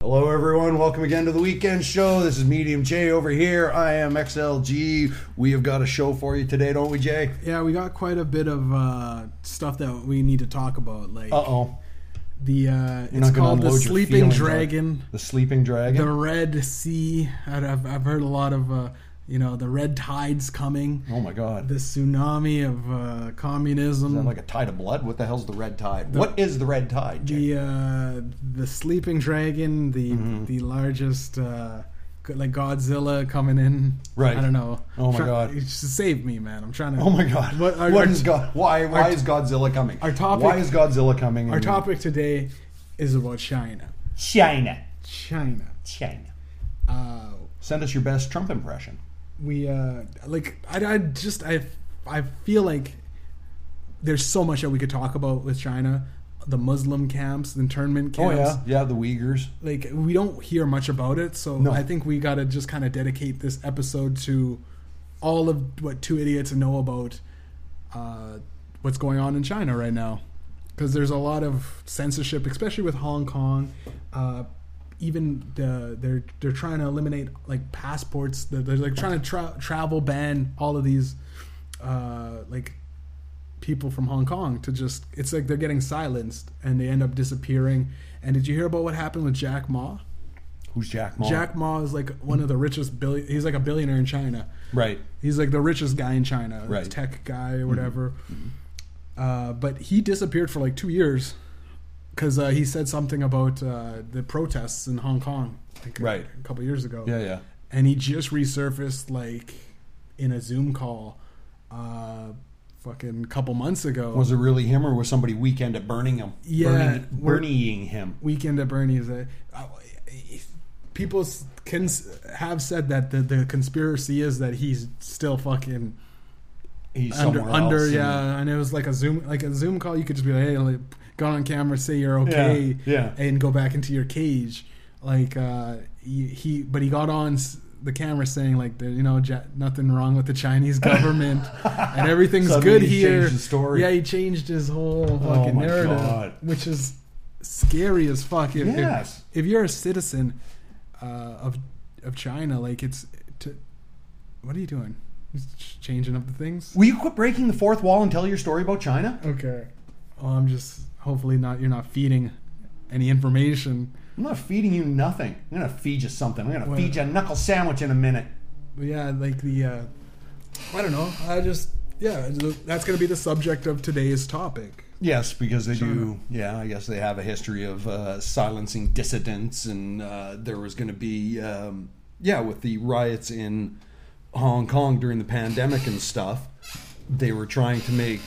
Hello, everyone. Welcome again to the weekend show. This is Medium J over here. I am XLG. We have got a show for you today, don't we, Jay? Yeah, we got quite a bit of uh, stuff that we need to talk about. Like Uh oh. the uh, You're it's not gonna called the unload your Sleeping feelings, Dragon, The Sleeping the Dragon. Red Sea. I- I've I've heard a lot of uh, you know the red tides coming, oh my God. the tsunami of uh, Is that communism. like a tide of blood? What the hell's the red tide? what is the red tide, Jay? the uh, the Sleeping Dragon, the Mm-hmm. the largest. Uh, go- like Godzilla coming in, Right. I don't know. Oh my Try- God. it's- Save me, man! I'm trying to. Oh my God! What are, what is God? Why? Why is Godzilla coming? our topic- Why is Godzilla coming? Our topic today is about China. China. China. China. Uh, Send us your best Trump impression. we uh, like I, I just I I feel like there's so much that we could talk about with China, the Muslim camps, the internment Oh camps. yeah, yeah. The Uyghurs. Like we don't hear much about it, so No. I think we got to just kind of dedicate this episode to all of what two idiots know about uh, what's going on in China right now, because there's a lot of censorship, especially with Hong Kong. Uh, even the, they're they're trying to eliminate like passports. They're, they're like trying to tra- travel ban all of these uh, like people from Hong Kong to just. It's like they're getting silenced and they end up disappearing. And did you hear about what happened with Jack Ma? Who's Jack Ma? Jack Ma is like one of the richest billion. He's like a billionaire in China. Right. He's like the richest guy in China, Right. Mm-hmm. tech guy or whatever. Uh, but he disappeared for like two years because uh, he said something about uh, the protests in Hong Kong, like, Right. a couple years ago. Yeah, yeah. And he just resurfaced like in a Zoom call, uh, fucking couple months ago. Was it really him, or was somebody weekend at burning him? Yeah, burning, we're- burning him. Weekend at Bernie's. Uh, uh, people s- can s- have said that the, the conspiracy is that he's still fucking He's under, somewhere under, else. and- yeah, and it was like a zoom, like a zoom call. You could just be like, hey, like, go on camera, say you're okay, Yeah, yeah. and go back into your cage. Like uh, he, he, but he got on s- the camera saying like, the, you know, Ja nothing wrong with the Chinese government, and everything's Suddenly good he here. changed the story. Oh Yeah, he changed his whole fucking my narrative, God. which is scary as fuck. If, if- Yes. if, you're a citizen uh, of of China, like it's, to, what are you doing? He's ch- changing up the things. Will you quit breaking the fourth wall and tell your story about China? Okay. Well, I'm just hopefully not. You're not feeding any information. I'm not feeding you nothing. I'm gonna feed you something. I'm gonna Well- feed you a knuckle sandwich in a minute. But yeah, like the. Uh, I don't know. I just yeah. That's gonna be the subject of today's topic. Yes, because they do. Yeah, I guess they have a history of uh, silencing dissidents, and uh, there was going to be, um, yeah, with the riots in Hong Kong during the pandemic and stuff, they were trying to make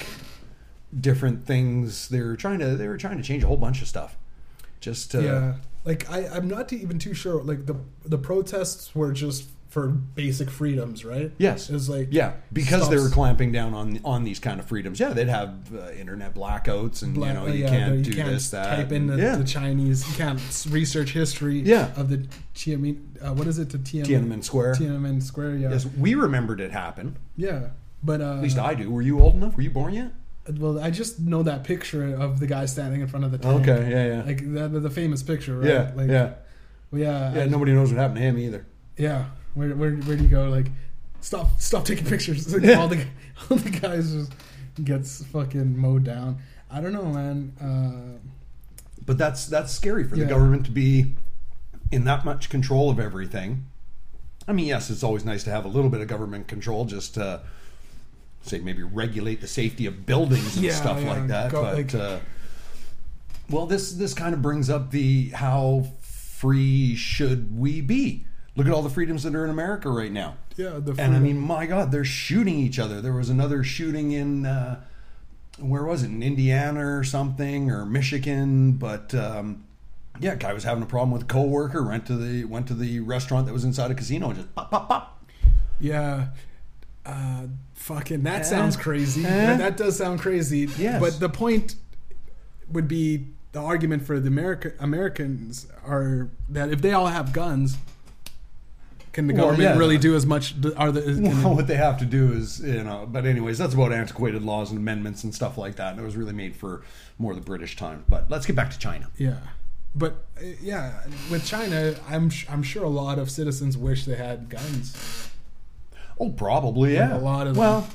different things. They were trying to they were trying to change a whole bunch of stuff, just to, yeah. Like I, I'm not even too sure. Like the the protests were just for basic freedoms, right? Yes. It was like Yeah, because they stops- were clamping down on on these kind of freedoms. Yeah, they'd have uh, internet blackouts, and Black- you know you yeah, can't the- do this, that. Type in the, yeah. the Chinese. You can't s- research history. Yeah. Of the Tiananmen. Uh, what is it? The Tiananmen. Tiananmen Square. Tiananmen Square. Yeah. Yes, we remembered it happened. Yeah. But uh, At least I do. Were you old enough? Were you born yet? Well, I just know that picture of the guy standing in front of the tank. yeah, yeah, Like the, the, the famous picture, right? yeah, like, yeah, well, yeah, yeah. I- Nobody knows what happened to him either. yeah. Where, where, where do you go? Like, stop, stop taking pictures. Like, Yeah. All the all the guys just gets fucking mowed down. I don't know, man. Uh, But that's that's scary for Yeah. the government to be in that much control of everything. I mean, yes, it's always nice to have a little bit of government control, just to say maybe regulate the safety of buildings and Yeah, stuff yeah, like that. go- but like- uh, well, this this kind of brings up the how free should we be? Look at all the freedoms that are in America right now. yeah, the And I mean, my God, they're shooting each other. There was another shooting in uh, where was it? In Indiana or something or Michigan, but um, yeah, guy was having a problem with a coworker. Went to the went to the restaurant that was inside a casino and just pop pop pop. Yeah. Uh, fucking, that Eh? sounds crazy. Eh? That, that does sound crazy. Yes. But the point would be the argument for the America, Americans are that if they all have guns, can the Well, government yeah. really do as much? th- Are the can the- Well, what they have to do is you know. But anyways, that's about antiquated laws and amendments and stuff like that. And it was really made for more of the British time. But let's get back to China. yeah? but uh, yeah, with China, I'm sh- I'm sure a lot of citizens wish they had guns Oh, probably yeah. a lot of them. well,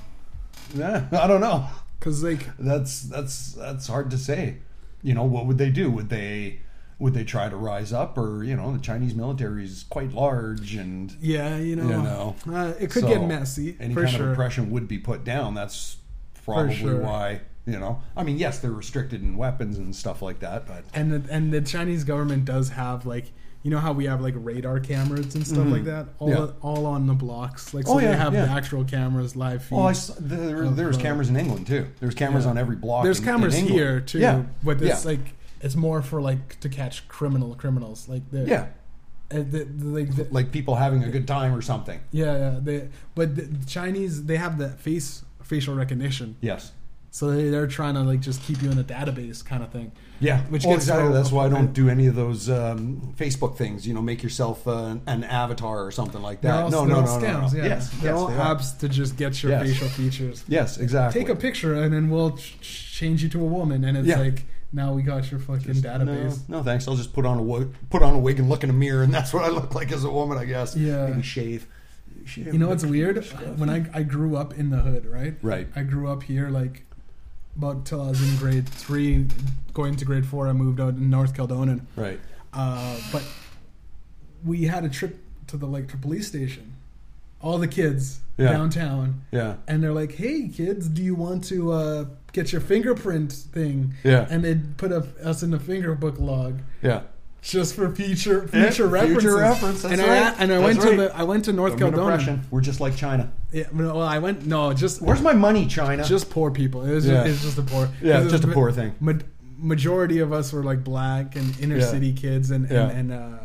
yeah, I don't know. because like That's that's that's hard to say. You know, what would they do? Would they would they try to rise up, or you know, the Chinese military is quite large, and yeah, you know, You know. Uh, it could So, get messy Any for kind sure. of oppression would be put down. That's probably sure. why you know. I mean, yes, they're restricted in weapons and stuff like that, but and the, and the Chinese government does have like you know how we have like radar cameras and stuff like that all Mm-hmm. Yeah. all on the blocks like so Oh, they yeah, have yeah. the actual cameras live feed. well, I s there, there was cameras in England too. There's cameras Oh, Yeah. on every block. There's in- in cameras England. here too, Yeah, but it's yeah. like it's more for like to catch criminal criminals like the yeah, uh, the, the, like the, like people having a good time or something. yeah yeah they but the Chinese they have the face facial recognition Yes. so they, they're trying to like just keep you in a database kind of thing Yeah, Which which well, gets exactly. thrown- That's why I don't do any of those um, Facebook things. You know, make yourself uh, an avatar or something like they're that. no, all, they're no, no, no, all scams no. yeah Yes, they're yes, all they are. apps to just get your Yes. facial features Yes, exactly. take a picture and then we'll ch- ch- change you to a woman and it's Yeah. like now we got your fucking database No, no, thanks. I'll just put on a wig, put on a wig and look in a mirror, and that's what I look like as a woman, I guess. Yeah. maybe shave. shave You a know what's bit. weird? When I, I grew up in the hood, right? Right. I grew up here like about till I was in grade three, going to grade four. I moved out in North Kildonan, Right. uh, but we had a trip to the like to police station. All the kids Yeah. downtown, Yeah. and they're like, "Hey kids, do you want to uh, get your fingerprint thing?" Yeah. and they'd put a, us in the finger book log Yeah. just for future Yeah, future references. reference, that's and I right. and I That's went to right. the I went to North Government Kildonan. oppression. We're just like China. Yeah, well, I went. No, just Where's my money, China? just poor people. It was Yeah. just, it's just a poor. Yeah, it was just a ma- poor thing. Ma- majority of us were like black and inner Yeah. city kids and Yeah. and, and uh,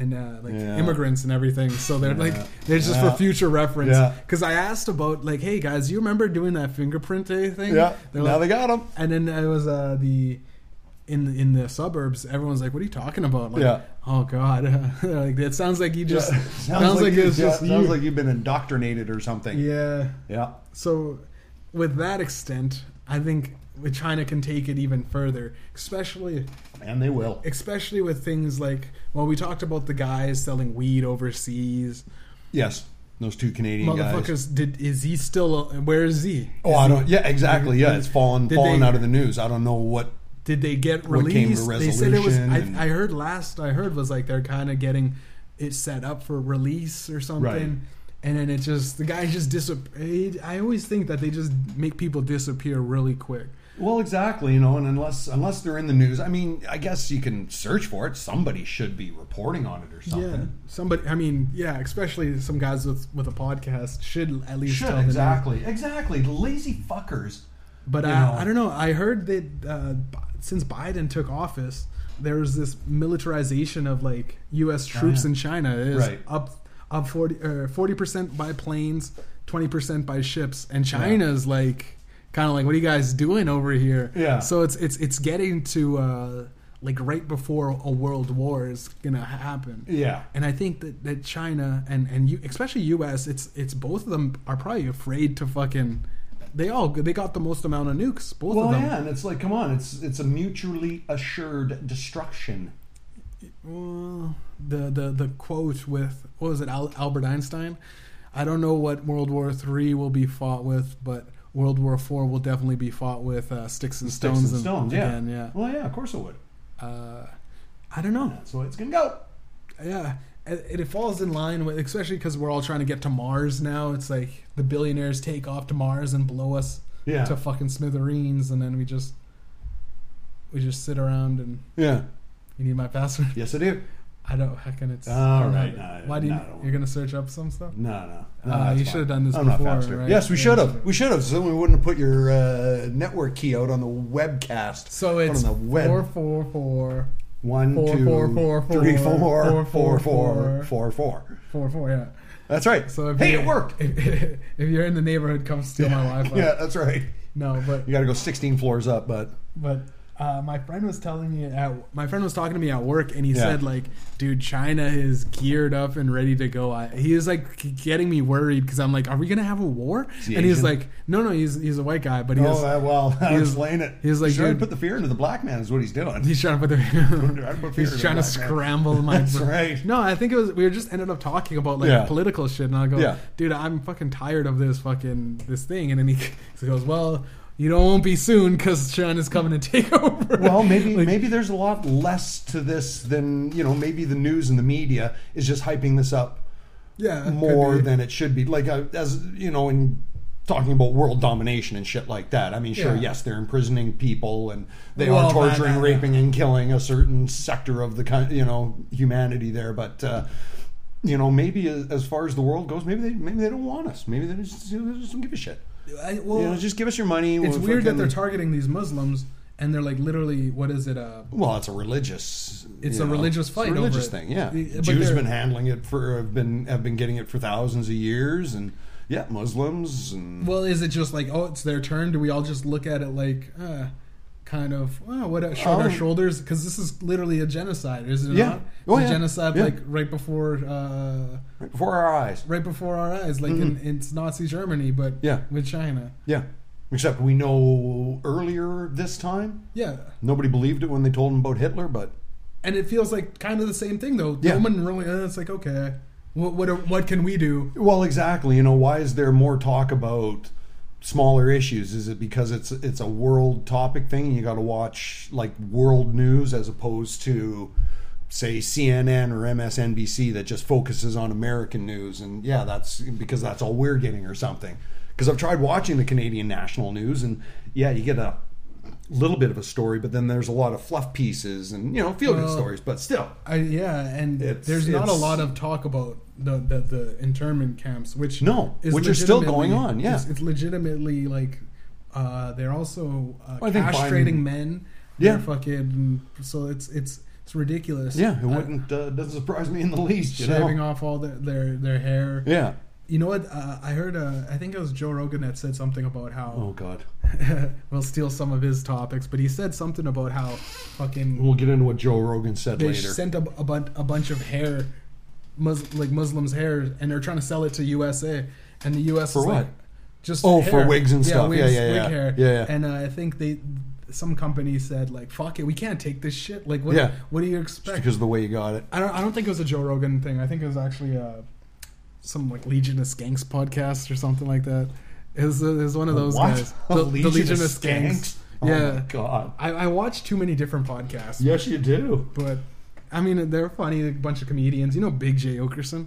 and uh, like Yeah. immigrants and everything. So they're Yeah. like, they're just Yeah. for future reference. Yeah. Because I asked about like, hey guys, you remember doing that fingerprint day thing? yeah. They're now like- they got them. and then it was uh, the in in the suburbs. Everyone's like, "What are you talking about?" Like, Yeah. Oh God, like it sounds like you just Yeah. sounds, like, you- it's yeah, just sounds you. like you've been indoctrinated or something. yeah. Yeah. So, with that extent, I think with China can take it even further, especially And they will. especially with things like well, we talked about the guys selling weed overseas. Yes. Those two Canadian guys. Motherfuckers, did is he still? Where is he? Oh, Is I he- don't. Yeah, exactly. Yeah, it's fallen Did fallen they- out of the news. I don't know what. did they get What came to released? They said it was. resolution I, and- I heard last I heard was like they're kind of getting it set up for release or something, Right. and then it just the guy just disappeared. I always think that they just make people disappear really quick. Well, exactly. You know, and unless unless they're in the news, I mean, I guess you can search for it. Somebody should be reporting on it or Yeah, something. somebody. I mean, yeah, especially some guys with with a podcast should at least tell Should the news. exactly exactly the lazy fuckers. But You I, know. I don't know. I heard that uh, Bi- since Biden took office, there's this militarization of like U.S. troops Oh, yeah. in China It is Right. up up forty percent by planes, twenty percent by ships, and China's like kind of like, what are you guys doing over here? Yeah. So it's it's it's getting to uh, like right before a world war is gonna happen. Yeah, And I think that, that China and and you, especially U.S. It's it's both of them are probably afraid to fucking. They all they got the most amount of nukes. Both well, of them. yeah, and it's like, come on, it's it's a mutually assured destruction. Well, the the the quote with what was it Al, Albert Einstein? I don't know what World War Three will be fought with, but World War Four will definitely be fought with uh, sticks and Sticks stones. and stones, yeah. again, yeah. Well, yeah, of course it would. Uh, I don't know. That's the way it's gonna go. Yeah, it, it falls in line with, especially because we're all trying to get to Mars now. It's like the billionaires take off to Mars and blow us Yeah. to fucking smithereens, and then we just we just sit around and Yeah. you need my password. Yes, I do. I don't. How can it's All I don't right, have it. no, Why do you? no, I don't you're gonna search up some stuff? No, no. no Uh, that's you fine. should have done this I'm before, not faster. right? Yes, we Yeah, should you have. We should have. So then we wouldn't have put your uh, network key out on the webcast. So Put it's on the web. four four four One, four, two, four, four, three, four, four, four, four, four, four, four, four. four. four four. Yeah. That's right. So if hey, you- it worked. If, if you're in the neighborhood, come steal my Wi-Fi. Yeah, that's right. No, but You got to go 16 floors up, but but uh, my friend was telling me at, my friend was talking to me at work and he Yeah. said like dude china is geared up and ready to go I, he was like getting me worried because i'm like are we gonna have a war he and he's Asian? like no no he's, he's a white guy but he Oh, was, uh, well, I'll is- explain it. he is like, He's trying to dude- put the fear into the black man is what he's doing. he's trying to put I put the fear in he's the trying to black man. scramble my That's right. no i think it was we were just ended up talking about like Yeah. political shit and i go Yeah. dude i'm fucking tired of this fucking this thing and then he, he goes well you know, it won't be soon because China's coming to take over. Well, maybe Like, maybe there's a lot less to this than you know. Maybe the news and the media is just hyping this up yeah, could more be. than it should be. Like uh, as you know, in talking about world domination and shit like that. I mean, sure, Yeah. yes, they're imprisoning people and they Well, are that- torturing, that- raping, and killing a certain sector of the coun- you know humanity there. But uh, you know, maybe as, as far as the world goes, maybe they maybe they don't want us. Maybe they just, you know, they just don't give a shit. I, well, you know, just give us your money. it's we'll weird that fucking- they're targeting these Muslims and they're like literally what is it? Uh, Well, it's a religious. It's you a religious fight It's a religious over it. thing, yeah. Y- but Jews they're- have been handling it for have been have been getting it for thousands of years, and yeah, Muslims and well, is it just like oh, it's their turn? Do we all just look at it like uh, kind of oh, what uh, shrug Oh. our shoulders because this is literally a genocide, is it Yeah. not? It's Oh, a yeah. genocide Yeah. like right before uh, right before our eyes. right before our eyes, like in, it's Nazi Germany, but Mm-hmm. Yeah. with China, Yeah, except we know earlier this time yeah. nobody believed it when they told them about Hitler, but And it feels like kind of the same thing though. Yeah. No one really. Uh, it's like okay, what what what can we do? Well, exactly. You know, why is there more talk about smaller issues? Is it because it's it's a world topic thing? And you got to watch like world news as opposed to say CNN or MSNBC that just focuses on American news. And yeah, that's because that's all we're getting or something. Because I've tried watching the Canadian national news, and yeah, you get a little bit of a story, but then there's a lot of fluff pieces and you know feel good Well- stories. But still, I, yeah, and It's- there's not a it's- lot of talk about the the, the internment camps, which No, which are still legitimately- going on, yeah. it's, it's legitimately like uh, they're also uh, Well, I think castrating Biden- men. Yeah. They're fucking. So it's it's it's ridiculous. yeah, it Uh, wouldn't uh, doesn't surprise me in the least. You shaving know? off all their their, their hair. Yeah. You know what? Uh, I heard. Uh, I think it was Joe Rogan that said something about how Oh God. we'll steal some of his topics, but he said something about how fucking We'll get into what Joe Rogan said they later. sent a, a, bun- a bunch of hair, Mus- like Muslims' hair, and they're trying to sell it to USA, and the US For is what? like, just Oh, hair. for wigs and stuff. Yeah, wigs, yeah, yeah. wig hair. Yeah, yeah. And uh, I think they, some company said like, "Fuck it, we can't take this shit." Like, what? Yeah. What do you Just expect? because of the way you got it. I don't. I don't think it was a Joe Rogan thing. I think it was actually uh, some like Legion of Skanks podcast or something like that. It was, it was one of those What? guys. A The, the Legion of Skanks? Oh, my yeah. God. I, I watched too many different podcasts. Yes, you do. But I mean, they're funny. A bunch of comedians. You know, Big J Okerson.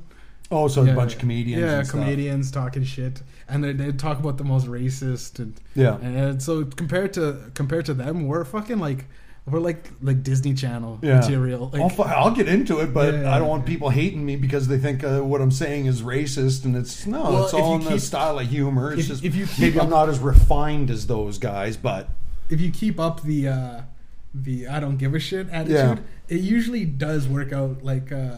Oh, so a bunch of comedians. Yeah, and stuff. comedians talking shit, and they, they talk about the most racist and Yeah. And so compared to compared to them, we're fucking like we're like like Disney Channel Yeah. material. Like, I'll, fi- I'll get into it, but Yeah. I don't want people hating me because they think uh, what I'm saying is racist, and it's no, Well, it's if all you in the keep- style of humor. It's if- just if you keep maybe I'm up- not as refined as those guys, but if you keep up the uh the I don't give a shit attitude, Yeah. it usually does work out like uh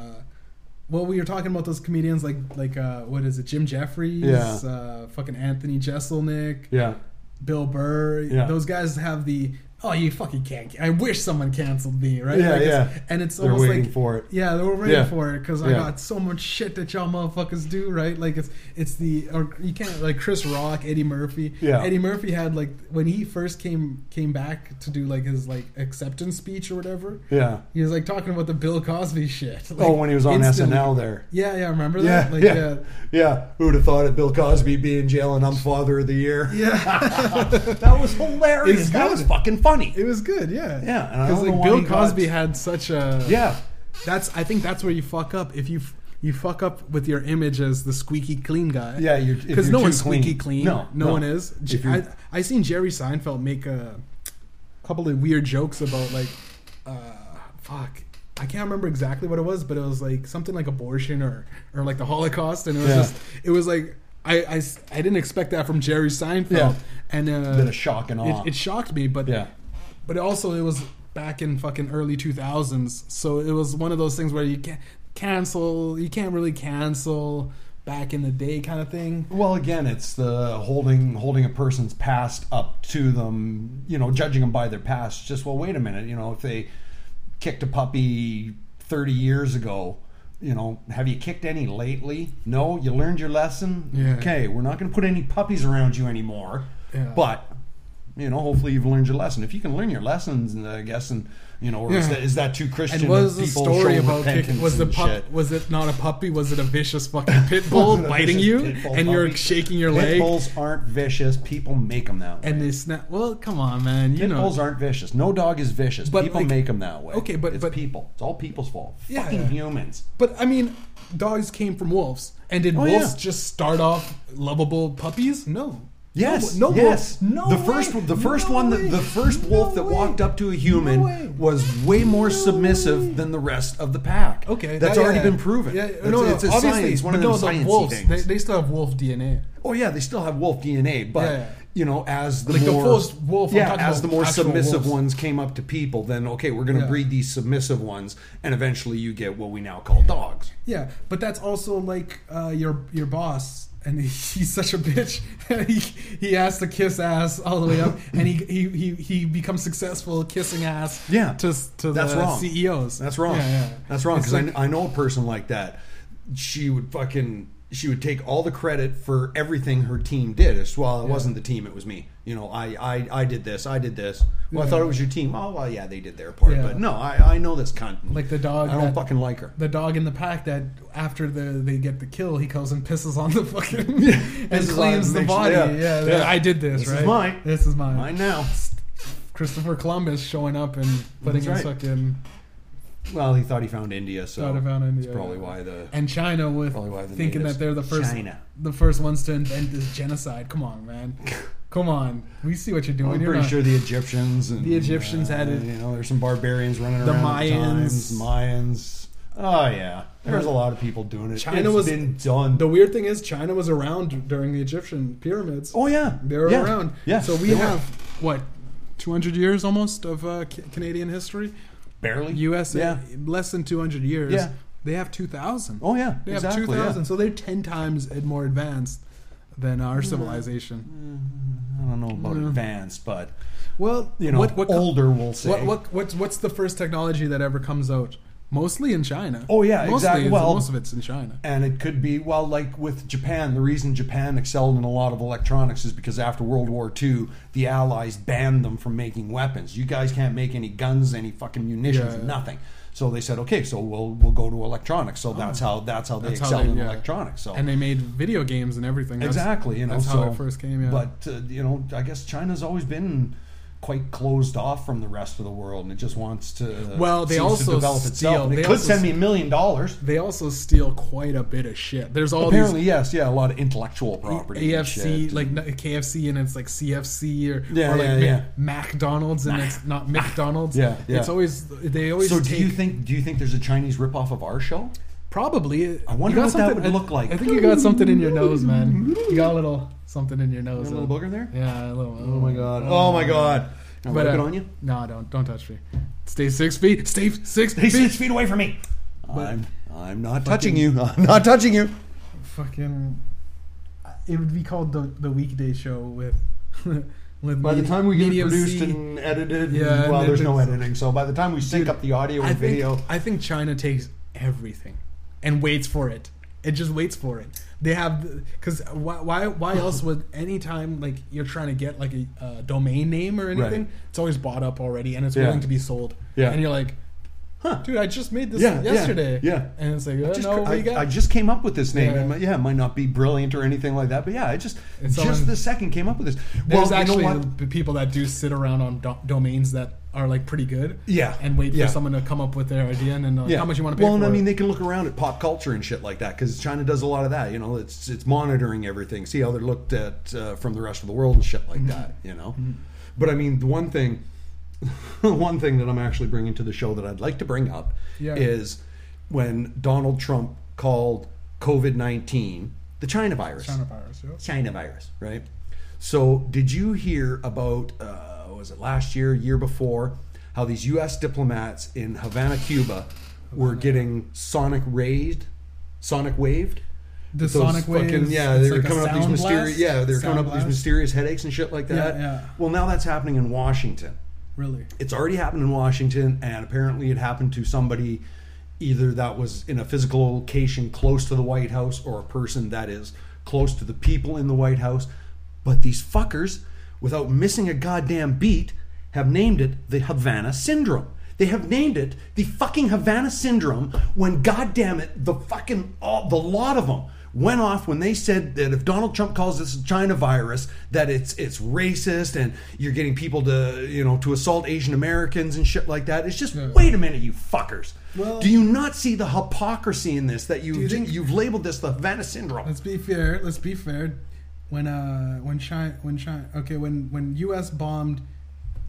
well, we were talking about those comedians like like uh, what is it, Jim Jeffries, Yeah. uh, fucking Anthony Jeselnik, yeah, Bill Burr. Yeah. Those guys have the oh, you fucking can't. I wish someone canceled me, right? Yeah, it's- yeah. And it's they're almost waiting like for it. yeah, they were waiting Yeah. for it because I Yeah. got so much shit that y'all motherfuckers do, right? Like it's it's the or you can't like Chris Rock, Eddie Murphy. Yeah. Eddie Murphy had like when he first came came back to do like his like acceptance speech or whatever. Yeah. He was like talking about the Bill Cosby shit. Like, oh, when he was on instantly. SNL, there. Yeah, yeah, remember Yeah, that? Like, yeah, yeah. yeah, Who would have thought it? Bill Cosby be in jail and I'm father of the year. Yeah. That was hilarious. It's That good. was fucking funny. it was good, yeah. Yeah, and I Because don't know like why Bill he got- Cosby had such a Yeah. That's I think that's where you fuck up if you f- you fuck up with your image as the squeaky clean guy. Yeah, you're- if because you're no too one's squeaky clean. clean. No, no. one is. J- If I you're- I seen Jerry Seinfeld make a couple of weird jokes about like, uh, fuck. I can't remember exactly what it was, but it was like something like abortion or or like the Holocaust, and it was Yeah. just it was like. I, I s- I didn't expect that from Jerry Seinfeld, Yeah. and uh, Bit of shock and awe. It, it shocked me, but Yeah. but also it was back in fucking early 2000s so it was one of those things where you can't cancel you can't really cancel back in the day kind of thing. Well, again, it's the holding holding a person's past up to them. You know, judging them by their past. Just well, wait a minute. You know, if they kicked a puppy thirty years ago, you know, have you kicked any lately? No, you learned your lesson. Yeah. Okay, we're not going to put any puppies around you anymore. Yeah. But you know, hopefully you've learned your lesson. If you can learn your lessons, and I guess, and you know, or is, Yeah. that, is that too Christian? And what is that the people story show about kick, repentance was the and pup shit? was it not a puppy? Was it a vicious fucking pit Was bull it a biting vicious you pit bull and you're puppy? shaking your Pit leg? bulls aren't vicious. People make them that way. and they snap. Well, come on, man. You Pit know, bulls aren't vicious. No dog is vicious. But, people like- make them that way. Okay, but- it's but- people. It's all people's fault. Yeah. Fucking humans. But I mean, dogs came from wolves, and did Oh, wolves yeah. just start off lovable puppies? No. Yes. No. no yes. wolf- No. The way. first. The first No one. way. That, the first No wolf that way. walked up to a human No way. was way more No submissive way. than the rest of the pack. Okay, That's that- already yeah. been proven. Yeah, That's- no, no, it's a obviously, science. One but of those no, the sciencey wolves, things. they, they still have wolf DNA. Oh yeah, they still have wolf DNA, but Yeah. you know, as the Like the more first wolf, I'm yeah, talking as about the more actual submissive wolves. ones came up to people, then okay, we're going to Yeah. breed these submissive ones, and eventually you get what we now call dogs. Yeah, but that's also like uh, your your boss, and he, he's such a bitch. he he has to kiss ass all the way up, and he he, he, he becomes successful kissing ass. Yeah. to s- to That's the wrong. CEOs. That's wrong. Yeah, yeah. That's wrong. It's Because like- I, I know a person like that. She would fucking. She would take all the credit for everything her team did. It's, well, it wasn't the team; it was me. You know, I, I, I did this. I did this. Well, I thought it was your team. Oh, well, yeah, they did their part. Yeah. But no, I, I know this cunt. Like the dog I don't that- fucking like her. the dog in the pack that after the they get the kill, he goes and pisses on the fucking and Pisses on cleans it, the makes- body. yeah. Yeah, Yeah. I did this. This is right? mine. This is mine. Mine now. Christopher Columbus showing up and putting That's his right. fucking Well, he thought he found India, so Thought he found India, That's probably yeah. why the and China with Probably why the thinking natives- that they're the first China. the first ones to invent this genocide. Come on, man. Come on. We see what you're doing. I'm You're pretty not- sure the Egyptians and The Egyptians uh, had it. You know, there's some barbarians running The around. at times, Mayans. Mayans. Oh yeah, there's a lot of people doing it. China It's was- been done. The weird thing is China was around during the Egyptian pyramids. oh yeah, they were yeah. around. Yeah, So we they were. have what 200 years almost of uh, ca- Canadian history. barely U.S. Yeah. less than 200 years. Yeah. They have 2,000. Oh yeah, Mm-hmm. they exactly, have 2,000. So they're 10 times ad- more advanced than our civilization. Yeah. I don't know about Mm. advanced, but Well, you know, what, what, co- older we'll say. what, what what's what's the first technology that ever comes out? Mostly in China. Oh, yeah, Mostly, exactly. it's- Well- most of it's in China. and it could be well like with japan the reason japan excelled in a lot of electronics is because after world war ii the allies banned them from making weapons you guys can't make any guns any fucking munitions Yeah, yeah. nothing so they said okay so we'll we'll go to electronics so that's how that's how they Oh. That's how excelled they- in yeah. electronics so And they made video games and everything. That's- oh. exactly you know that's so how it first came. Yeah. but uh, you know i guess china's always been quite closed off from the rest of the world and it just wants to uh, Well, they seems to also develop steal- itself and they it could also send s- me a million dollars they also steal quite a bit of shit. There's all Apparently, these yes, yeah, a lot of intellectual property, and AFC, shit. like no- KFC, and it's like CFC or, Yeah, or like yeah, Mc- yeah. McDonald's, and it's not McDonald's. Yeah, yeah. It's always they always. so. take- Do you think? Do you think there's a Chinese ripoff of our show? Probably. I wonder what that would look like. I think you got something in your nose, man. You got a little something in your nose. little booger there? Yeah, a little. Oh my god! Oh my god! Can I But, wipe it uh, on you? No, don't don't touch me. Stay six feet. Stay six Stay feet. six feet away from me. But- I'm I'm not touching you. I'm not touching you. Fucking. It would be called the the weekday show with with. By the me- time we get it medium produced C. and edited, Yeah, well, and there's then no it's- editing. So by the time we sync Dude, up the audio I and think video, I think China takes everything and waits for it. It just waits for it. They have because why why why else would any time like you're trying to get like a, uh domain name or anything, Right. it's always bought up already and it's Yeah. willing to be sold. Yeah. and you're like, Huh. dude, I just made this Yeah, yeah, yesterday. yeah. and it's like, oh, I just, no, I, we got. I just came up with this name. Yeah. It might, yeah, it might not be brilliant or anything like that, but yeah, I just It's just on- the second came up with this. there's well, actually you know what? the people that do sit around on do- domains that are like pretty good. Yeah. and wait Yeah. for someone to come up with their idea and then like, how much you want to pay Well, for and I it. mean, they can look around at pop culture and shit like that because China does a lot of that. You know, it's it's monitoring everything, see how they're looked at uh, from the rest of the world and shit like that. Mm-hmm. You know, but I mean, the one thing, the one thing that I'm actually bringing to the show that I'd like to bring up Yeah. is when Donald Trump called COVID nineteen the China virus. China virus. Yeah. China virus, right? So, did you hear about uh, what was it last year, year before, how these U.S. diplomats in Havana, Cuba, were getting sonic raised, sonic waved The with sonic waves, fucking- yeah, it's they were like a coming up with sound these mysterious. blast? Yeah, they were coming Sound up with these blast? mysterious headaches and shit like Yeah, that. yeah. Well, now that's happening in Washington. Really? It's already happened in Washington, and apparently it happened to somebody either that was in a physical location close to the White House or a person that is close to the people in the White House. But these fuckers, without missing a goddamn beat, have named it the Havana Syndrome. They have named it the fucking Havana Syndrome when, goddamn it, the fucking all, the lot of them went off when they said that if Donald Trump calls this a China virus, that it's it's racist and you're getting people to you know to assault Asian Americans and shit like that. It's just Yeah. wait a minute, you fuckers. Well- do you not see the hypocrisy in this that you, you you think- have labeled this the Havana syndrome? Let's be fair. Let's be fair. When uh when China when China okay when when U.S. bombed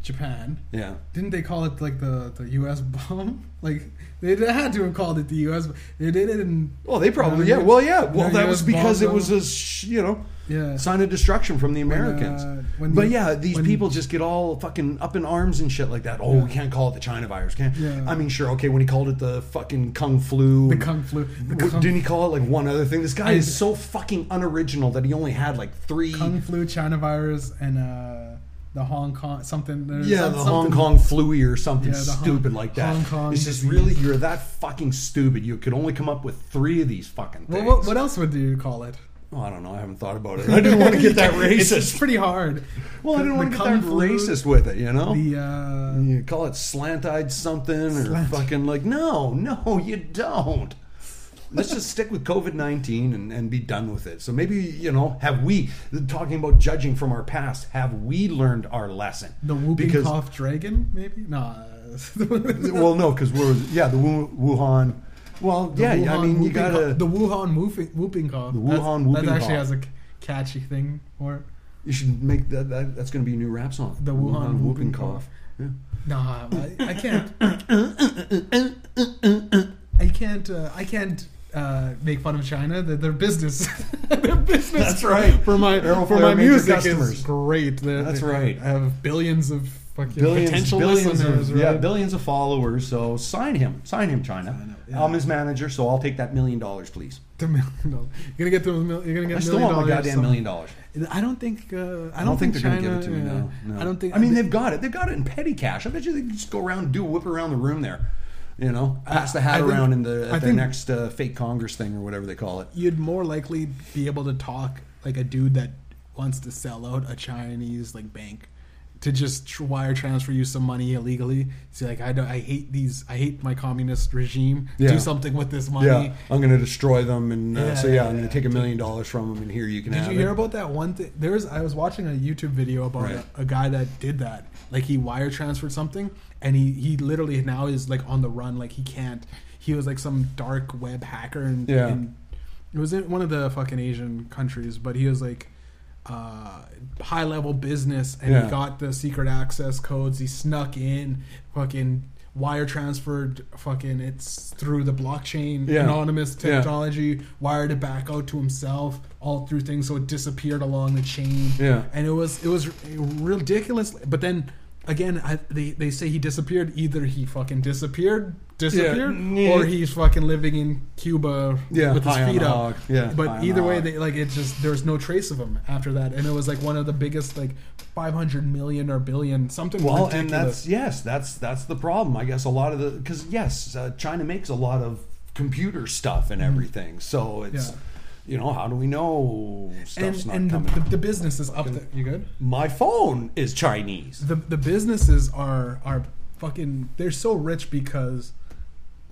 Japan, Yeah. didn't they call it like the the U.S. bomb? Like they had to have called it the U.S. b- They did it in Well, they probably No, yeah. you- Well, yeah. no, Well, that you was have because it bombed was them. a sh- you know yeah sign of destruction from the Americans. when but you- yeah, these when- people just get all fucking up in arms and shit like that. Oh, we can't call it the China virus. Can't. Yeah. I mean, sure, okay. When he called it the fucking kung flu, the kung flu. The What- kung, Didn't he call it like one other thing? This guy I- is so fucking unoriginal that he only had like three. kung flu, China virus, and uh the Hong Kong something. there's yeah, some- the Hong something- Kong fluey or something Yeah, the Hong- stupid like that. Hong Kong it's just disease. really you're that fucking stupid. You could only come up with three of these fucking Well, things. what, what else would you call it? Oh, I don't know. I haven't thought about it. I didn't want to get that It's- It's racist. pretty hard. Well, I didn't The want to get kung that flu, racist with it. You know. The uh, You call it slant-eyed something or Slant- fucking like no, no, you don't. Let's just stick with COVID nineteen and, and be done with it. So maybe you know, have we talking about judging from our past? Have we learned our lesson? the whooping because cough dragon, maybe? Nah. well, no, because we're yeah the Wu- Wuhan. Well, The yeah, Wuhan I mean you whooping gotta. cough- the Wuhan whooping, whooping cough. The That's- Wuhan whooping That actually cough. has a c- catchy thing for it. you should make that, that. That's gonna be a new rap song. The Wuhan whooping cough. Yeah. Nah, I, I can't. I can't. Uh, I can't uh, make fun of China. Their, their business, their business. That's right. For my Aeroflare for my major music customers. is great. They- That's they right. have billions of fucking billions, potential billions listeners. of, yeah, right? billions of followers. So sign him, sign him, China. Sign him, yeah. I'm his manager, so I'll take that million dollars, please. The million dollars. You're gonna get the. mil- You're gonna get. I still million want my dollars goddamn some- million dollars. I don't think. Uh, I, don't I don't think, they're China, going to give it to me. yeah. No, no, I don't think. I mean, they've got it. They've got it in petty cash. I bet you they can just go around and do a whip around the room there. You know, pass the hat I think- around in the I at the think- next uh, fake Congress thing or whatever they call it. you'd more likely be able to talk like a dude that wants to sell out a Chinese like bank to just tr- wire transfer you some money illegally. See, like I don't, I hate these, I hate my communist regime. Yeah. Do something with this money. Yeah, I'm going to destroy them, and uh, Yeah, so yeah, yeah, I'm going to yeah. take a million dollars from them, and here you can Did have you hear it. about that one thing? There's, I was watching a YouTube video about Right. a, a guy that did that. Like he wire transferred something, and he he literally now is like on the run. Like he can't. He was like some dark web hacker, and Yeah. it was in one of the fucking Asian countries. But he was like uh, high level business, and Yeah. he got the secret access codes. He snuck in, fucking wire transferred, fucking it's through the blockchain, Yeah. anonymous Yeah. technology technology, wired it back out to himself, all through things, so it disappeared along the chain. Yeah. and it was it was ridiculous. But then again, I, they they say he disappeared. Either he fucking disappeared, disappeared, Yeah. or he's fucking living in Cuba Yeah, with his high on feet the up. hog. Yeah, high but on either the way, hog. they like it just there's no trace of him after that, and it was like one of the biggest like 500 million or billion something well ridiculous. and that's yes that's that's the problem i guess a lot of the because yes uh, china makes a lot of computer stuff and everything so it's Mm-hmm. Yeah. you know how do we know stuff's and, not and the, coming the, the business is up there. You good? my phone is chinese the the businesses are are fucking they're so rich because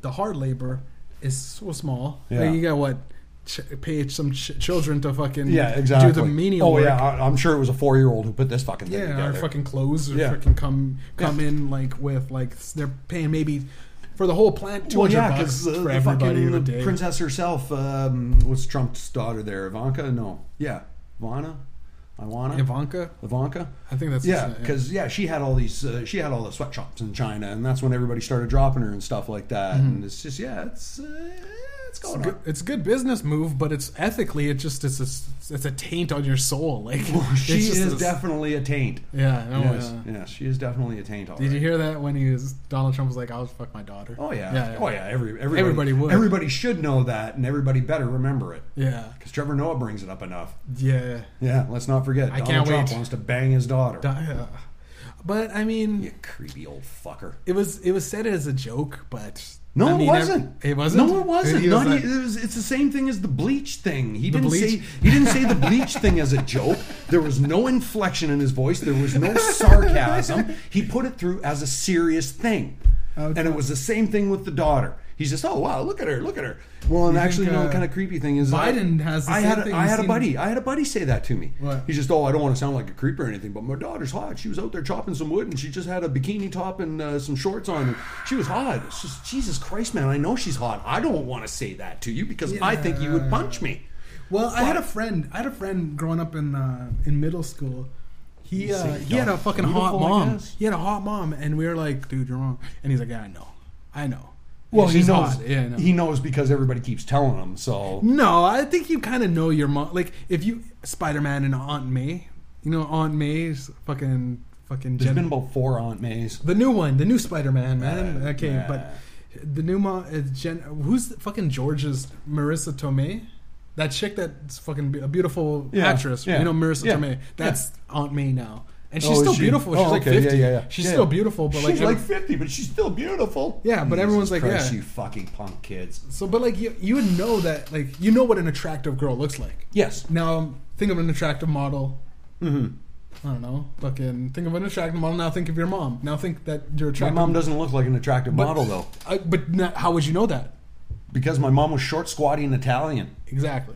the hard labor is so small. Yeah. Like you got what ch- pay some ch- children to fucking yeah exactly do the menial oh work. yeah I, i'm sure it was a four-year-old who put this fucking thing Yeah, or together fucking clothes or Yeah. fucking come come in like with like s- they're paying maybe for the whole plant two well, hundred yeah, bucks because uh, for the everybody in a fucking day. princess herself um, was Trump's daughter there, Ivanka. No, yeah, Ivana, Ivana, Ivanka, Ivanka. I think that's Yeah, his name. because yeah, she had all these, uh, she had all the sweatshops in China, and that's when everybody started dropping her and stuff like that. And it's just yeah, it's uh, what's Mm-hmm. It's going good, on? it's a good business move, but it's ethically, it just it's a, it's a taint on your soul. Like She it's just is a- definitely a taint. Yeah, no, Yes, yeah. yeah, she is definitely a taint. all Did you right. hear that when he was Donald Trump was like, "I'll fuck my daughter." Oh yeah. yeah, yeah. oh yeah. Every, everybody, everybody Everybody would. Everybody should know that, and everybody better remember it yeah, because Trevor Noah brings it up enough. yeah. Yeah, let's not forget. I Donald can't Trump wait. wants to bang his daughter. Di- uh, But I mean, you creepy old fucker. it was it was said as a joke, but No, I it mean, wasn't. ev- It wasn't. No, it wasn't. He was Not like- e- it was- it's the same thing as the bleach thing. He didn't bleach? say he didn't say the bleach thing as a joke. There was no inflection in his voice. There was no sarcasm. He put it through as a serious thing, and it was the same thing with the daughter. He's just, oh wow, look at her, look at her. Well, and You actually, think, no, uh, kind of creepy thing is that Biden has the I same had a- thing. I You've had a seen- buddy. I had a buddy say that to me. What? He's just, oh, I don't want to sound like a creep or anything, but my daughter's hot. She was out there chopping some wood, and she just had a bikini top and uh, some shorts on. And she was hot. It's just, Jesus Christ, man! I know she's hot. I don't want to say that to you because I think you would punch me. Well, I had a friend. I had a friend growing up in uh, in middle school. He uh, he had a dumb. fucking hot Beautiful, I mom. guess. He had a hot mom, and we were like, "Dude, you're wrong." And he's like, "Yeah, I know, I know." he She's knows. hot. Yeah, I know. He knows because everybody keeps telling him. So No, I think you kind of know your mom. Like if you Spider Man and Aunt May, you know Aunt May's fucking fucking. there's Jen- been about four Aunt Mays. the new one, the new Spider Man, man. Uh, okay, yeah. but the new mom is Jen. Who's the fucking George's Marissa Tomei? That chick that's fucking be- a beautiful Yeah, actress. yeah, You know Marissa yeah, Tomei. That's Aunt May now, and she's Oh, is still she? beautiful. She's Oh, like okay, fifty. Yeah, yeah, yeah. She's Yeah. still beautiful, but she's like, like fifty, but she's still beautiful. Yeah, but Jesus everyone's like, Christ, yeah. you fucking punk kids. so. But like you, you would know that. Like you know what an attractive girl looks like. Yes. Now think of an attractive model. Mm-hmm. I don't know. Fucking think of an attractive model. Now think of your mom. Now think that you're My attractive. mom doesn't look like an attractive But- model though. Uh, but not, how would you know that? Because my mom was short, squatty, and Italian. Exactly.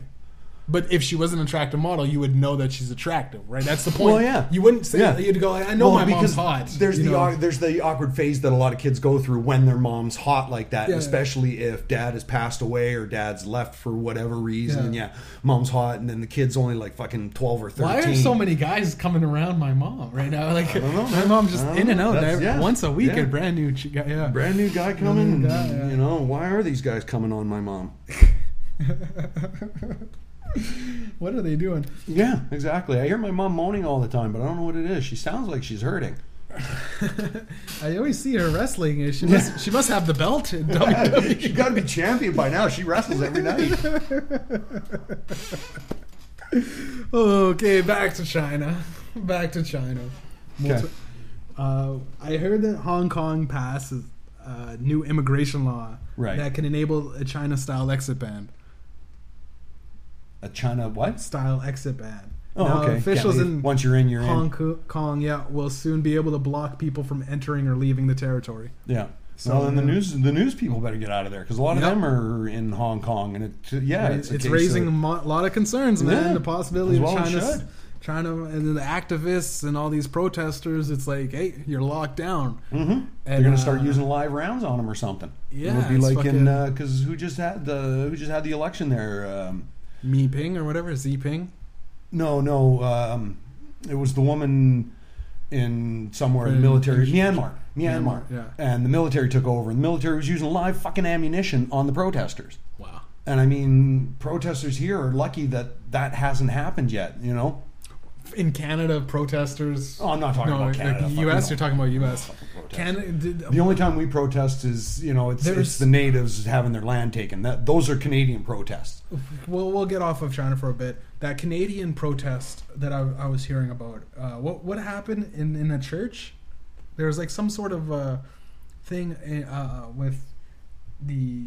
But if she was an attractive model, you would know that she's attractive, right? That's the point. Well, yeah. You wouldn't say Yeah. you'd go, I know Well, my mom's because hot. There's you the know. au- there's the awkward phase that a lot of kids go through when their mom's hot like that, Yeah. especially if dad has passed away or dad's left for whatever reason. Yeah. And yeah, mom's hot, and then the kid's only like fucking twelve or thirteen. Why are so many guys coming around my mom right now? Like don't know, my man. mom just I don't in and know. out That's- every- yeah. once a week. Yeah. A brand new chick. Yeah. brand new guy coming? guy, yeah. You know, why are these guys coming on my mom? what are they doing? Yeah, exactly. I hear my mom moaning all the time, but I don't know what it is. She sounds like she's hurting. I always see her wrestling. and She must. She must have the belt. In E. WWE. she got to be champion by now. She wrestles every night. Okay, back to China. Back to China. Okay. Uh, I heard that Hong Kong passed a new immigration law Right. that can enable a China-style exit ban. A China what? Style exit ban. Oh, Now, okay. Officials Can't leave. in once you're in, you're Hong in. Ko- Kong, yeah, will soon be able to block people from entering or leaving the territory. Yeah. So, well, then the yeah. news the news people better get out of there because a lot of Yep. them are in Hong Kong, and it yeah, it's it's, a case raising a of- mo- lot of concerns, man. Yeah, the possibility as well of it China's, should. China and then the activists and all these protesters. It's like, hey, you're locked down. Mhm. They're And, going to start uh, using live rounds on them or something. Yeah, it'll be it's like in fucking- because who just had the who just had the election there? Um, Me Ping or whatever, Z Ping. no, no, um, it was the woman in somewhere in the In- military in- Myanmar, Myanmar, Myanmar, yeah. and the military took over, and the military was using live fucking ammunition on the protesters. Wow. And I mean, protesters here are lucky that that hasn't happened yet. You know, In Canada, protesters. Oh, I'm not talking about Canada. Like Fuck U.S. no. You're talking about U.S. Fucking protest. Canada. Did, the only time we protest is you know it's, it's There's- the natives having their land taken. That those are Canadian protests. we'll we'll get off of China for a bit. That Canadian protest that I, I was hearing about. Uh, what what happened in in a church? There was like some sort of uh, thing uh, with the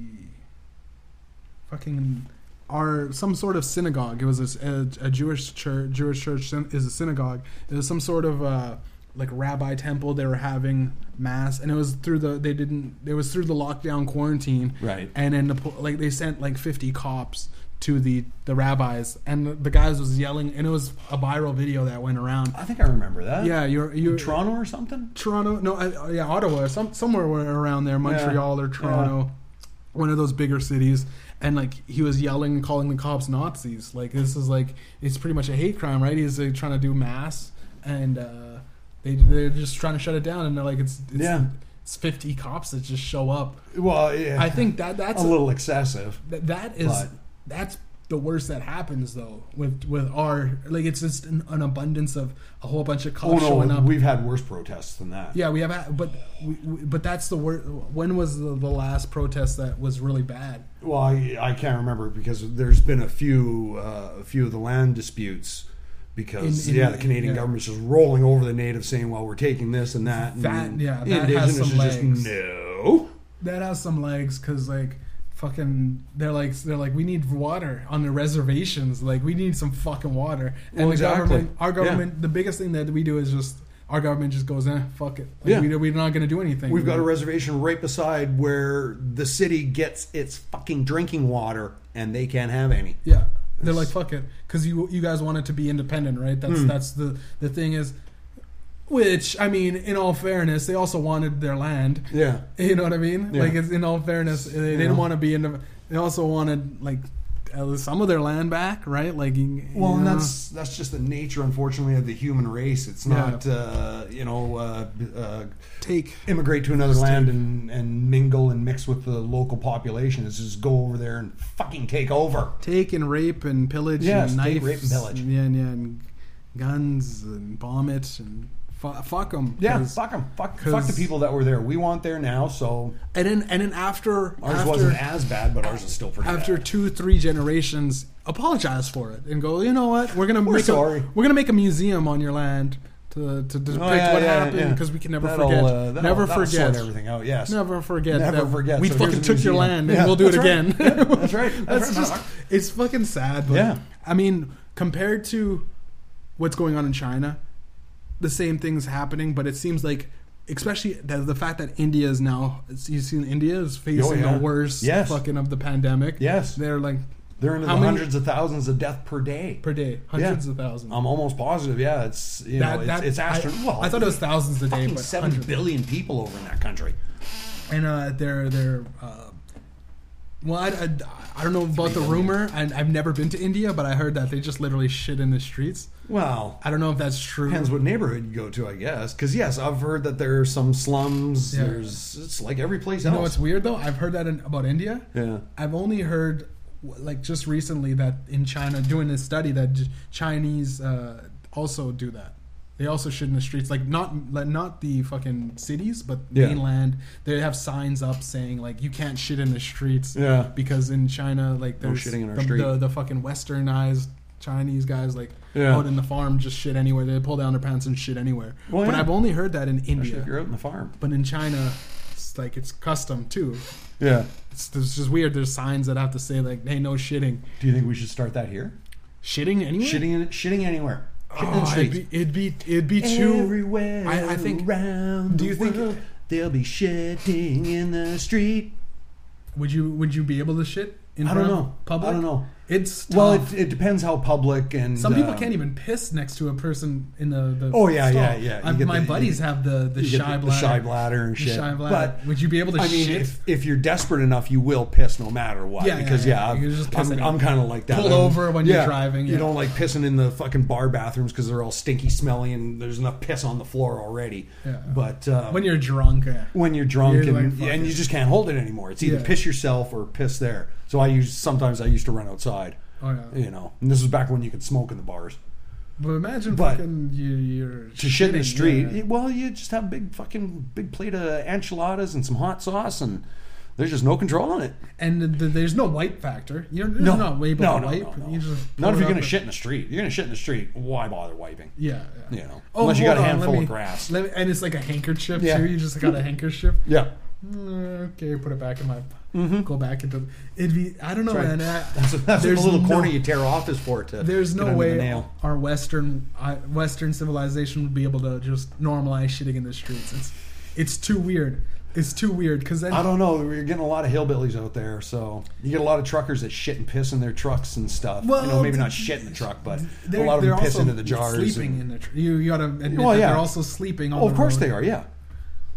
fucking our some sort of synagogue. It was a, s- a- a Jewish church. Jewish church syn- is a synagogue. It was some sort of uh, like rabbi temple. They were having mass, and it was through the they didn't. It was through the lockdown quarantine Right. and then the po- like they sent like 50 cops to the the rabbis and the, the guys was yelling and it was a viral video that went around I think I remember that. yeah you're you're Toronto or something. toronto no uh, yeah ottawa some somewhere around there montreal or toronto one of those bigger cities and like he was yelling and calling the cops nazis like this is like it's pretty much a hate crime right he's like, trying to do mass and uh they, they're just trying to shut it down and they're like it's, it's Yeah. it's fifty cops that just show up. Well, yeah, I think that that's a little excessive. that, that is But- that's the worst that happens though with with our like it's just an, an abundance of a whole bunch of cops Oh showing no, up. we've had worse protests than that. yeah, we have, a- but we, we, but that's the word. When was the, the last protest that was really bad? Well, I, I can't remember because there's been a few uh, a few of the land disputes because In- in- yeah, the Canadian yeah. government's just rolling over the natives saying, "Well, we're taking this and that." That- and yeah, that the indigenous has some is legs. just no. That has some legs because like fucking they're like they're like we need water on the reservations. Like we need some fucking water. And Well, the exactly. government, our Yeah. government, the biggest thing that we do is just our government just goes, eh, fuck it. Like, Yeah. we, we're not gonna do anything. We've got a reservation right beside where the city gets its fucking drinking water, and they can't have any. Yeah, they're like fuck it, because you you guys want it to be independent, right? That's that's the the thing is, which I mean, in all fairness, they also wanted their land. Yeah, You know what I mean? Yeah. Like it's in all fairness, they You didn't know. want to be in. They also wanted like at least some of their land back, right? Like you- Well, you and know. that's that's just the nature, unfortunately, of the human race. It's Yeah. not, uh, you know, uh, uh, take. immigrate to another Just land take- and, and mingle and mix with the local population. It's just go over there and fucking take over. Take and rape and pillage Yes, and take, knives, rape, and pillage. yeah, and, yeah, and guns and bomb it and fu- fuck them. Yeah, fuck them. Fuck, fuck the 'cause- people that were there. We want there now, so and then and then after ours after, wasn't as bad, but ours is still pretty after bad. two three generations apologize for it and go you know what we're gonna We're make sorry. Oh, a we're gonna make a museum on your land to to depict yeah, what yeah, happened yeah. because we can never That'll, forget uh, that'll- never that'll forget sort everything out. Yes. never forget Never that forget. we So fucking here's a took your museum. land and Yeah, we'll do it that's right. again Yeah, that's right. that's That's right. just it's fucking sad but Yeah. I mean compared to what's going on in China the same things happening but it seems like especially the, the fact that India is now you've seen India is facing Oh, yeah. the worst Yes. fucking of the pandemic Yes. they're like They're into the How many- hundreds of thousands of death per day. per day, hundreds of thousands. I'm almost positive. Yeah, it's Um, you know it's, it's I, astronomical. I thought it was thousands a day, fucking but seven hundreds. billion people over in that country. And uh, they're they're. Uh, well, I, I, I don't know about the billion. rumor. I, I've never been to India, but I heard that they just literally shit in the streets. Well, I don't know if that's true. Depends what neighborhood you go to, I guess. Because yes, I've heard that there are some slums. Yeah. There's it's like every place You know else. what's weird though? I've heard that in, about India. Yeah. I've only heard w- like just recently that in China doing this study that J- Chinese uh, also do that. They also shit in the streets, like not like, not the fucking cities, but Yeah. mainland. They have signs up saying like you can't shit in the streets. Yeah. Because in China, like No there's shitting in our the, street. the the fucking westernized Chinese guys like Yeah. out in the farm just shit anywhere. They pull down their pants and shit anywhere. Well, but yeah. I've only heard that in Especially if India. you're out in the farm. But in China, it's like it's custom too. Yeah. It's, it's just weird. There's signs that have to say like, "Hey, no shitting." Do you think we should start that here? Shitting anywhere? Shitting in, shitting anywhere. Shitting in the Oh, it'd, streets. be, it'd be it'd be too. Everywhere I- I think- around do you the think- world, they'll be shitting in the street? Would you would you be able to shit in I don't front of know. public? I don't know. It's tough. Well, it, it depends how public and some people um, can't even piss next to a person in the. the Oh, yeah, stall. yeah, yeah. You I, get my the- buddies have the the you get shy the, the bladder. shy bladder and The shit. shy bladder. But would you be able to I mean, shit? if, if you're desperate enough, you will piss no matter what. Yeah, yeah, because yeah. yeah, You can just piss I'm, anywhere. I'm kind of like that. Pull I'm- over when you're driving, You yeah. don't like pissing in the fucking bar bathrooms because they're all stinky, smelly, and there's enough piss on the floor already. Yeah. But uh, when you're drunk, yeah. when you're drunk You're and, like, fuck and it. you just can't hold it anymore, it's either Yeah. piss yourself or piss there. So I use sometimes I used to run outside. Oh, yeah. You know, and this was back when you could smoke in the bars. But imagine But- fucking you, you're To shit in the street, yeah. it- well, you just have a big fucking big plate of enchiladas and some hot sauce, and there's just no control on it. and th- th- there's no wipe factor. You're, you're No, not able no, to no, wipe. no, no. You just Not blow if it you're up gonna and- shit in the street. You're gonna shit in the street. Why bother wiping? Yeah, yeah. You know, unless you Oh, got hold a on, handful let of me- grass. let me- and it's like a handkerchief Yeah. too. You just got a handkerchief. Yeah, Mm, Okay, put it back in my. Go back into. It'd be. I don't know, Mm-hmm. That's right. man. I- that's, that's what there's the little no- corner you tear off is for. To There's get no under way The nail. our Western I- Western civilization would be able to just normalize shitting in the streets. It's it's too weird. It's too weird because then I don't know. We're getting a lot of hillbillies out there, so you get a lot of truckers that shit and piss in their trucks and stuff. Well, you know, maybe th- not shit in the truck, but they're- a lot of them they're piss also into the jars. Sleeping and- in the tr- you, you gotta admit Well, that yeah. they're also sleeping. On oh, the of course road, they are. Yeah,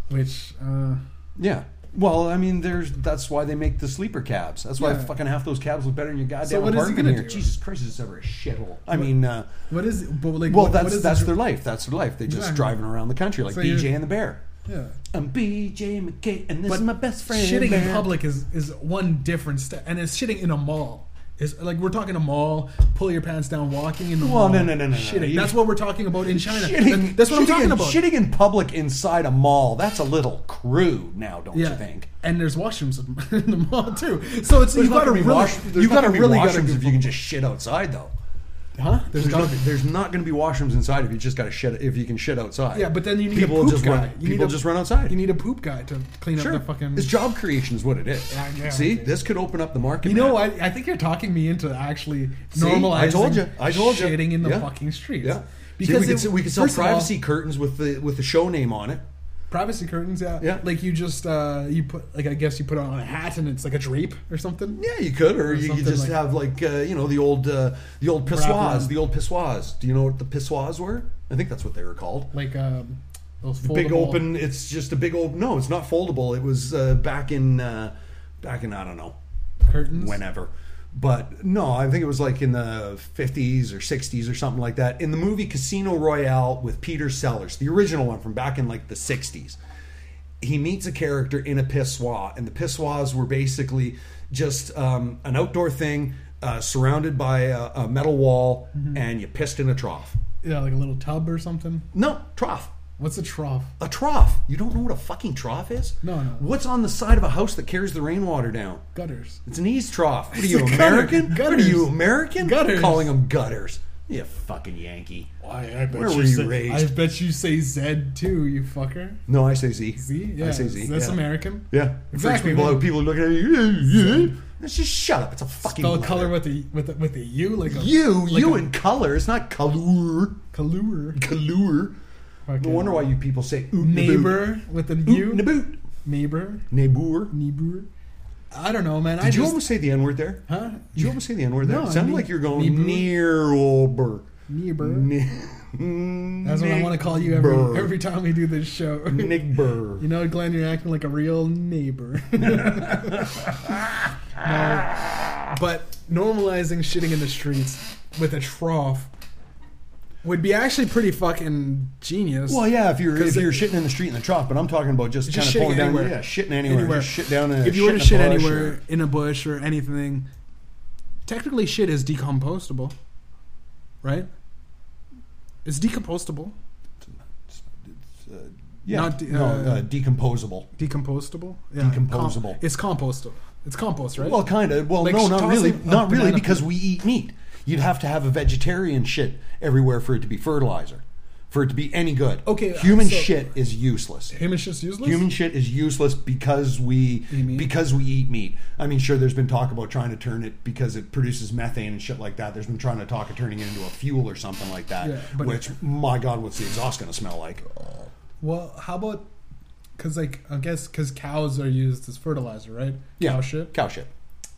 Which uh, yeah. Well, I mean, there's that's why they make the sleeper cabs. That's why Yeah. fucking half those cabs look better than your goddamn So what is he apartment gonna here. do? Jesus Christ, it's ever a shithole. I mean. Uh, what is but like Well, what- what that's is the that's dr- their life. That's their life. They just Exactly. driving around the country like So BJ you're- and the Bear. Yeah. I'm BJ McKay, and this But is my best friend. shitting in man. public is is one different step, and it's shitting in a mall. Is like we're talking a mall, pull your pants down, walking in the Well, mall. no, no, no, no, no. shitting. You- That's what we're talking about in China. Shitting, That- That's what I'm shitting talking in, about. Shitting in public inside a mall, that's a little crude now, don't yeah, you think? and there's washrooms in- in the mall too. So it's There's you've not got to gonna be really, wash- there's you've not got to gonna be really got to washrooms if you can just shit outside, though. huh? There's, gotta not, there's not going to be washrooms inside if you just got to shit if you can shit outside. Yeah, but then you need people a will poop just guy. run. You need people a- just run outside. You need a poop guy to clean sure, up the fucking. it's job creation is what it is. Yeah, yeah. See, this could open up the market. You know, man. I, I think you're talking me into actually See, normalizing. I told you. I told you. Shitting in the Yeah. fucking streets. Yeah, because Because we, could, it- se- we could sell first of all, privacy curtains with the with the show name on it. privacy curtains. Yeah. Yeah. Like you just uh, you put like I guess you put on a hat and it's like a drape or something. Yeah, you could, or, you could something just like- have like uh, you know the old uh, the old pissoirs, around. the old pissoirs. Do you know what the pissoirs were? I think that's what they were called. Like um, those foldable, Big open. It's just a big old. No, it's not foldable. It was uh, back in uh, back in I don't know curtains. whenever. But no, I think it was like in the 50s or 60s or something like that. In the movie Casino Royale with Peter Sellers, the original one from back in like the 60s, he meets a character in a pissoir, and the pissoirs were basically just um, an outdoor thing uh, surrounded by a, a metal wall, Mm-hmm. and you pissed in a trough. Yeah, like a little tub or something. No, trough. What's a trough? A trough. You don't know what a fucking trough is? No, no. What's on the side of a house that carries the rainwater down? Gutters. It's an eaves trough. What are you, a gutter. American? What are Gutters. you, American? Gutters. Calling them gutters. You fucking Yankee. I, I bet Where were you say, raised? I bet you say Z too, you fucker. No, I say Z. Z. Yeah. I say Z. That's yeah. American. Yeah. Exactly. Exactly. People, out. people are looking at you. Yeah, yeah. Just shut up. It's a fucking Spell letter. color with the with the, with the U like a you. like you a- in color. It's not color. Kalur. Color. No Fucking wonder why you people say oot neighbor with an U. Oot naboot. Neighbor. Neighbor. Neighbor. I don't know, man. I Did you just, almost say the N word there? huh? Did you almost say the N word there? No, it I sounded mean- like you're going neighbor. near over. Neighbor. That's That's what I want to call you every every time we do this show. Nick Burr. You know, Glenn, you're acting like a real neighbor. No. But normalizing shitting in the streets with a trough would be actually pretty fucking genius. Well, yeah, if you're if Because you're it- shitting in the street in the trough, but I'm talking about just, Just kind of shitting pulling down, anywhere. yeah, shitting anywhere, Anywhere. Just shit down. A if you were to in a shit bush anywhere or- in a bush or anything, technically shit is decomposable, right? It's decomposable, uh, yeah, Not de- no, uh, uh, decomposable. decomposable, yeah, Decomposable. com- it's compostable. It's compost, right? Well, kind of. Well, Like no, not tossing really. a Not really, banana because we eat meat. You'd have to have a vegetarian shit everywhere for it to be fertilizer, for it to be any good. Okay, uh, human so- shit is useless. human shit's useless. Human shit is useless because we Eat meat. because we eat meat. I mean, sure, there's been talk about trying to turn it because it produces methane and shit like that. There's been trying to talk of turning it into a fuel or something like that. Yeah, but- which, my God, what's the exhaust going to smell like? Well, how about because like I guess because cows are used as fertilizer, right? Yeah, Cow shit. Cow shit.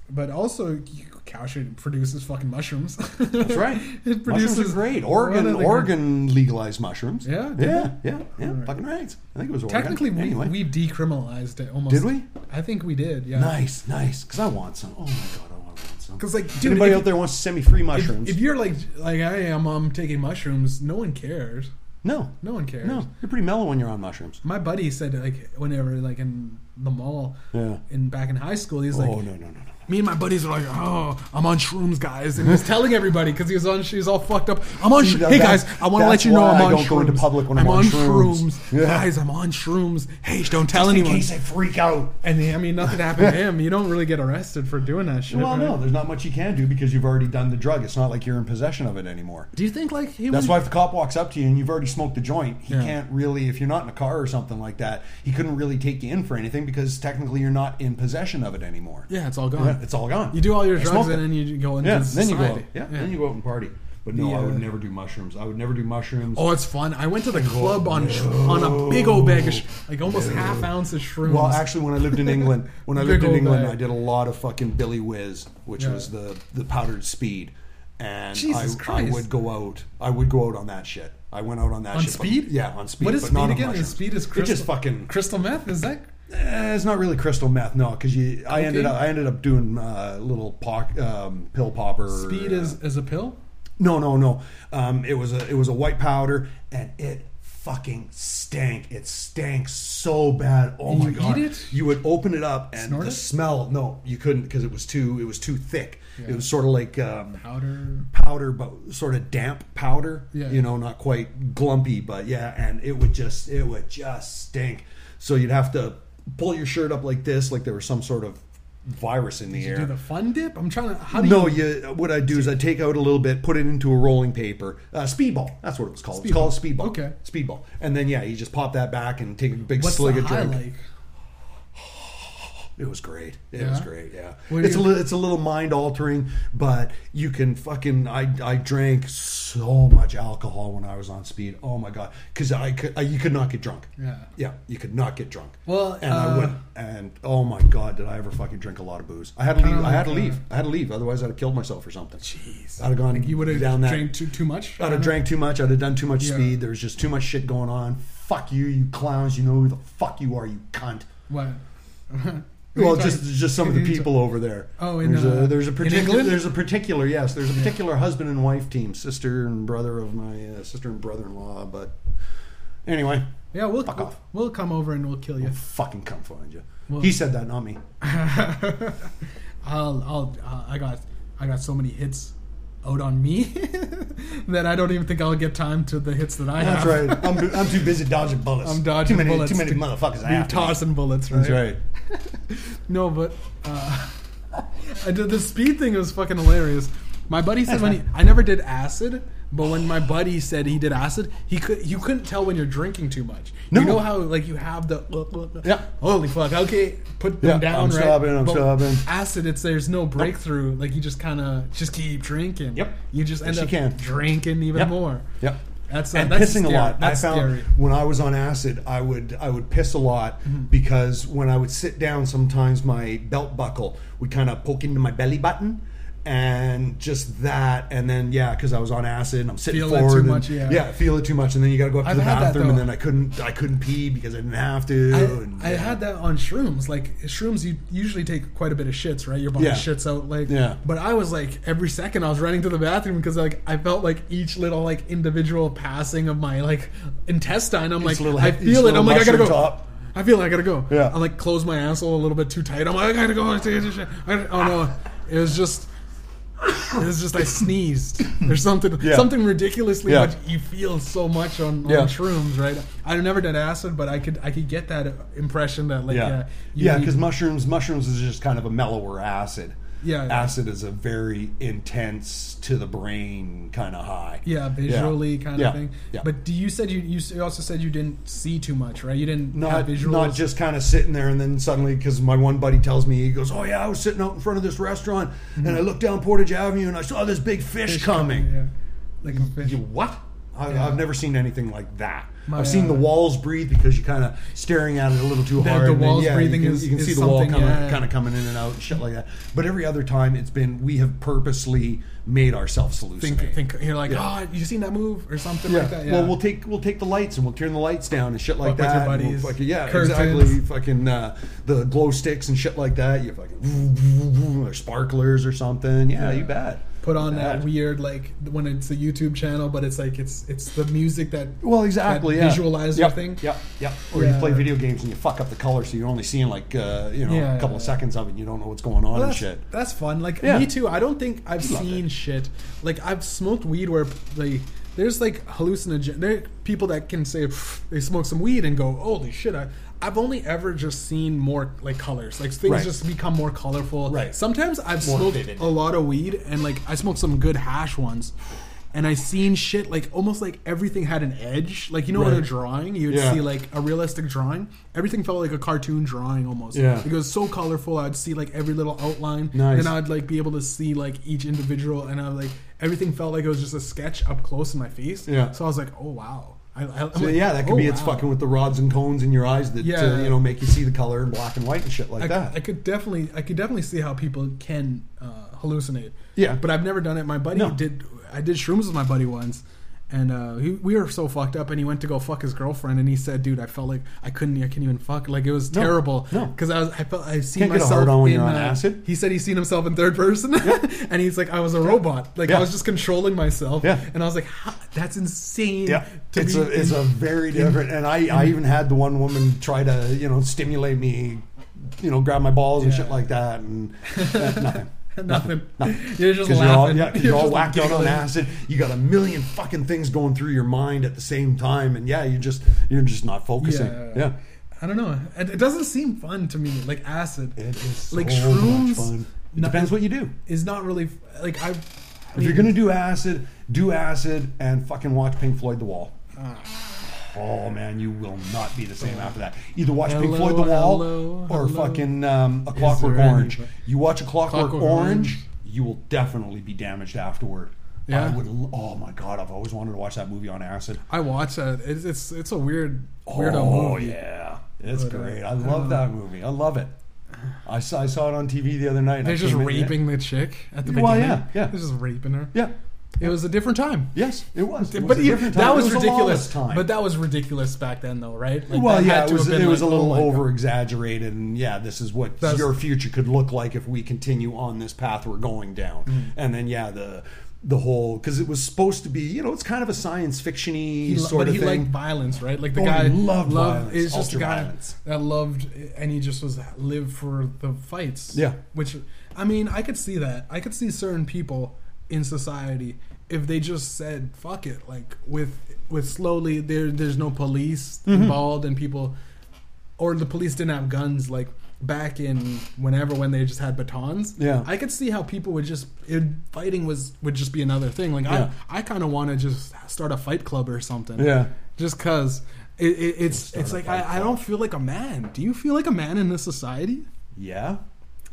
But also, you- cow shit produces fucking mushrooms. That's right. it mushrooms produces are great. What Oregon, are they- Oregon legalized mushrooms. Yeah, did yeah, they? yeah, yeah. Alright. Fucking right. I think it was Oregon. Technically, we, anyway. we decriminalized it almost. did we? I think we did. Yeah. Nice, nice. Because I want some. Oh my God, I want some. Because like, dude, Anybody if- out there wants to send me free if, mushrooms? if you're like like I am, I'm taking mushrooms. No one cares. no, No one cares. no, you're pretty mellow when you're on mushrooms. My buddy said like whenever like in the mall Yeah. in back in high school, he's Oh like, no, no, no, no. me and my buddies are like, oh, I'm on shrooms, guys, and he's telling everybody because he was on, she was all fucked up. I'm on, See, shrooms. that- hey guys, that's- I want to that's let you know why I'm I on don't shrooms. go into public when I'm on shrooms." Yeah. guys, I'm on shrooms. Hey, sh- don't tell In anyone. case I freak out. And he- I mean, nothing happened to him. You don't really get arrested for doing that shit. Well, right? no, there's not much you can do because you've already done the drug. It's not like you're in possession of it anymore. Do you think like he? That's would- why if the cop walks up to you and you've already smoked the joint, he Yeah. can't really, if you're not in a car or something like that, he couldn't really take you in for anything because technically you're not in possession of it anymore. Yeah, it's all gone. Yeah, It's all gone. You do all your I drugs smoked and then it. you go into yeah, then society. you go out. Yeah, then you go out and party. But no, The, I would uh, never do mushrooms. I would never do mushrooms. Oh, it's fun. I went to the club on sh- on a big old bag of sh- like almost half ounce of shrooms. Well, actually, when I lived in England, when I Big lived in old England, bag. I did a lot of fucking Billy Whiz, which Yeah. was the the powdered speed, and Jesus I, I Christ. would go out. I would go out on that shit. I went out on that On shit, but- speed? yeah, on speed. What is but speed not on again? Is mushrooms. speed is It just crystal- fucking. crystal meth is that? eh, it's not really crystal meth, no, because you. I ended Cocaine? up. I ended up doing uh, little poc, um, pill popper. Speed uh, is is a pill. no, no, no. Um, it was a it was a white powder, and it fucking stank. It stank so bad. Oh my You eat god! it? You would open it up and Snort the it? smell. No, you couldn't because it was too. It was too thick. It Yeah. was sort of like um, powder. powder, but sort of damp powder. Yeah. You know, not quite glumpy, but yeah, and it would just it would just stink. So you'd have to pull your shirt up like this, like there was some sort of virus in the Did air. you do the fun dip? I'm trying to. How do no, you? you, what I do is I take out a little bit, put it into a rolling paper, uh, speedball. That's what it was called. It's Speedball. called speedball. Okay. speedball. And then yeah, you just pop that back and take a big What's slug the of drink. highlight? It was great. It Yeah? was great. Yeah, What do it's a you- little, it's a little mind altering, but you can fucking. I I drank so much alcohol when I was on speed. Oh my god, because I could I, you could not get drunk. Yeah. Yeah, you could not get drunk. Well, and I uh, went and oh my god, did I ever fucking drink a lot of booze? I had to leave. I had to like, leave. uh, I had to leave. Otherwise, I'd have killed myself or something. Jeez. I'd have gone. You would have down that. drank too too much. I'd have drank too much. I'd have done too much Yeah. speed. There was just too much shit going on. Fuck you, you clowns. You know who the fuck you are, you cunt. What? Well, just just some of the Who you people over there. Oh, in, there's uh, a there's a in particular England? there's a particular yes there's a particular husband and wife team, sister and brother of my uh, sister and brother-in-law. But anyway, Yeah, we'll Fuck off. we'll come over and we'll kill you. I'll fucking come find you. Well- he said that, not me. I'll, I'll, uh, I got, I got so many hits out on me that I don't even think I'll get time to the hits that I That's have. right. I'm, I'm too busy dodging bullets. I'm dodging too many, bullets Too many to motherfuckers. Be after me. tossing bullets, right? That's right. No, but uh, I did the speed thing was fucking hilarious. My buddy said when he, I never did acid, but when my buddy said he did acid, he could you couldn't tell when you're drinking too much. You No. know how like you have the uh, Yeah. Holy fuck! Okay, put them Yeah, down. I'm right? sobbing, I'm But sobbing. Acid, it's there's no breakthrough. Like you just kind of just keep drinking. Yep. You just end Yes, you up can. drinking even Yep. more. Yep. That's uh, and that's pissing scary. a lot. That's I found scary. Mm-hmm. when I was on acid, I would I would piss a lot because when I would sit down, sometimes my belt buckle would kind of poke into my belly button. And just that, and then yeah, because I was on acid, and I'm sitting Feel it forward, too and- much, yeah. feel it too much, and then you got to go up to I've the had that, bathroom, and though. then I couldn't, I couldn't pee because I didn't have to. and, I, I had that on shrooms. Like shrooms, you usually take quite a bit of shits, right? Your body Yeah. shits out, like. Yeah. But I was like, every second I was running to the bathroom because like I felt like each little like individual passing of my like intestine. I'm like, Each little- I each feel it. little I'm like, I gotta mushroom go. top. I feel like I gotta go. Yeah. I like close my asshole a little bit too tight. I'm like, I gotta go. I gotta, I gotta, oh no, it was just. It was just I sneezed. There's something Yeah. something ridiculously Yeah. much you feel so much on, on Yeah. shrooms, right? I've never done acid, but I could I could get that impression that like yeah, yeah, you yeah, need- because mushrooms, mushrooms is just kind of a mellower acid. Yeah. acid is a very intense to the brain kind of high. yeah visually kind Yeah. of thing. Yeah. But do you said you you s- you also said you didn't see too much, right? You didn't not have visuals. not just kind of sitting there and then suddenly because my one buddy tells me he goes oh yeah i was sitting out in front of this restaurant and i looked down portage avenue and i saw this big fish, coming Mm-hmm. yeah, like a fish. You- what I, Yeah. i've never seen anything like that My, i've seen the uh, walls breathe because you're kind of staring at it a little too The- hard the and then, walls yeah, breathing you can, is- you can is see the wall something, coming, yeah. kind of coming in and out and shit like that but every other time it's been we have purposely made ourselves hallucinate think think you're like Yeah. oh you seen that move or something like that. Yeah. Well, we'll take we'll take the lights and we'll turn the lights down and shit like Fuck with your that. and we'll buddies. fucking- yeah, Curtains. exactly. Fucking uh, the glow sticks and shit like that. You fucking or sparklers or something. Yeah, Yeah. you bet. put on You that bet. weird like when it's a YouTube channel, but it's like it's it's the music that Well, exactly. that yeah. visualizer Yep, thing. Yep, yep. Or Yeah. you play video games and you fuck up the color, so you're only seeing like uh, you know Yeah. a couple of seconds of it. and You don't know what's going on and that's, shit. that's fun. Like Yeah. me too. I don't think I've Love seen shit. Like I've smoked weed where like there's like hallucinogen. There are people that can say "Pff," they smoke some weed and go, holy shit. I, I've only ever just seen more like colors. Like things Right. just become more colorful. Right. Sometimes I've More smoked vivid. a lot of weed and like I smoked some good hash ones. And I seen shit like almost like everything had an edge. Like you know in a Right. drawing, you'd Yeah. see like a realistic drawing. Everything felt like a cartoon drawing almost. Yeah. Like, it was so colorful. I'd see like every little outline, Nice. and I'd like be able to see like each individual, and I like everything felt like it was just a sketch up close in my face. Yeah. So I was like, oh wow. I, I, I'm So like, yeah, that could oh, be it's wow. fucking with the rods and cones in your eyes that Yeah. uh, you know make you see the color in black and white and shit like I, that. I could definitely, I could definitely see how people can uh, hallucinate. Yeah. but I've never done it. My buddy No. did. I did shrooms with my buddy once, and uh, he, we were so fucked up. And he went to go fuck his girlfriend, and he said, "Dude, I felt like I couldn't, I couldn't even fuck. Like it was No, terrible. no. because I was, I felt I've seen Can't get a myself hard on when in you're on uh, acid. He said he's seen himself in third person, and he's like, I was a robot. Like Yeah. I was just controlling myself. Yeah. and I was like, "Ha- that's insane. Yeah, to it's be a it's in- a very different. And I I even had the one woman try to you know stimulate me, you know, grab my balls and Yeah. shit like that, and uh, nothing. nothing. nothing. You're just Because laughing. you're all, yeah, 'cause you're all just whacked out on giggling. acid. You got a million fucking things going through your mind at the same time, and yeah, you just you're just not focusing. Yeah. Yeah, I don't know. It, it doesn't seem fun to me. Like acid it is so Like like shrooms, much fun. It no- depends what you do. is not really like I. I If you're mean, gonna do acid, do acid and fucking watch Pink Floyd The Wall. Ah. Oh man, you will not be the same after that. Either watch Pink Hello, Floyd The Wall hello, or hello. fucking um, A Clockwork there Orange. anybody- You watch A Clockwork, Clockwork Orange, Orange. you will definitely be damaged afterward. Yeah. I would. l- Oh my god, I've always wanted to watch that movie on acid. I watch that. It's it's, it's a weird weirdo oh movie. yeah, it's But, uh, great. I I don't love that movie. I love it. I saw, I saw it on TV the other night. and I They're just came in- raping the chick at the beginning. Well, yeah, yeah. They're just raping her. Yeah. It was a different time. Yes, it was. It but was a you- different time. that It was, a lawless ridiculous. time. But that was ridiculous back then, though, right? Like, well, that yeah, had it to was, have been it was like, a little oh my God. over exaggerated, and yeah, this is what That's- your future could look like if we continue on this path we're going down. Mm-hmm. And then, yeah, the the whole because it was supposed to be, you know, it's kind of a science fictiony He, lo- sort but of he thing. liked violence, right? Like the Oh, he guy loved violence, It's just a ultra guy violence. that loved, and he just was lived for the fights. Yeah. which I mean, I could see that. I could see certain people in society if they just said "fuck it," like with with slowly there. There's no police Mm-hmm. involved, and people or the police didn't have guns like back in whenever when they just had batons Yeah. i could see how people would just it, fighting was would just be another thing like Yeah. i i kind of want to just start a fight club or something Yeah. just cause it, it, it's it's a like fight I, I don't feel like a man do you feel like a man in this society yeah.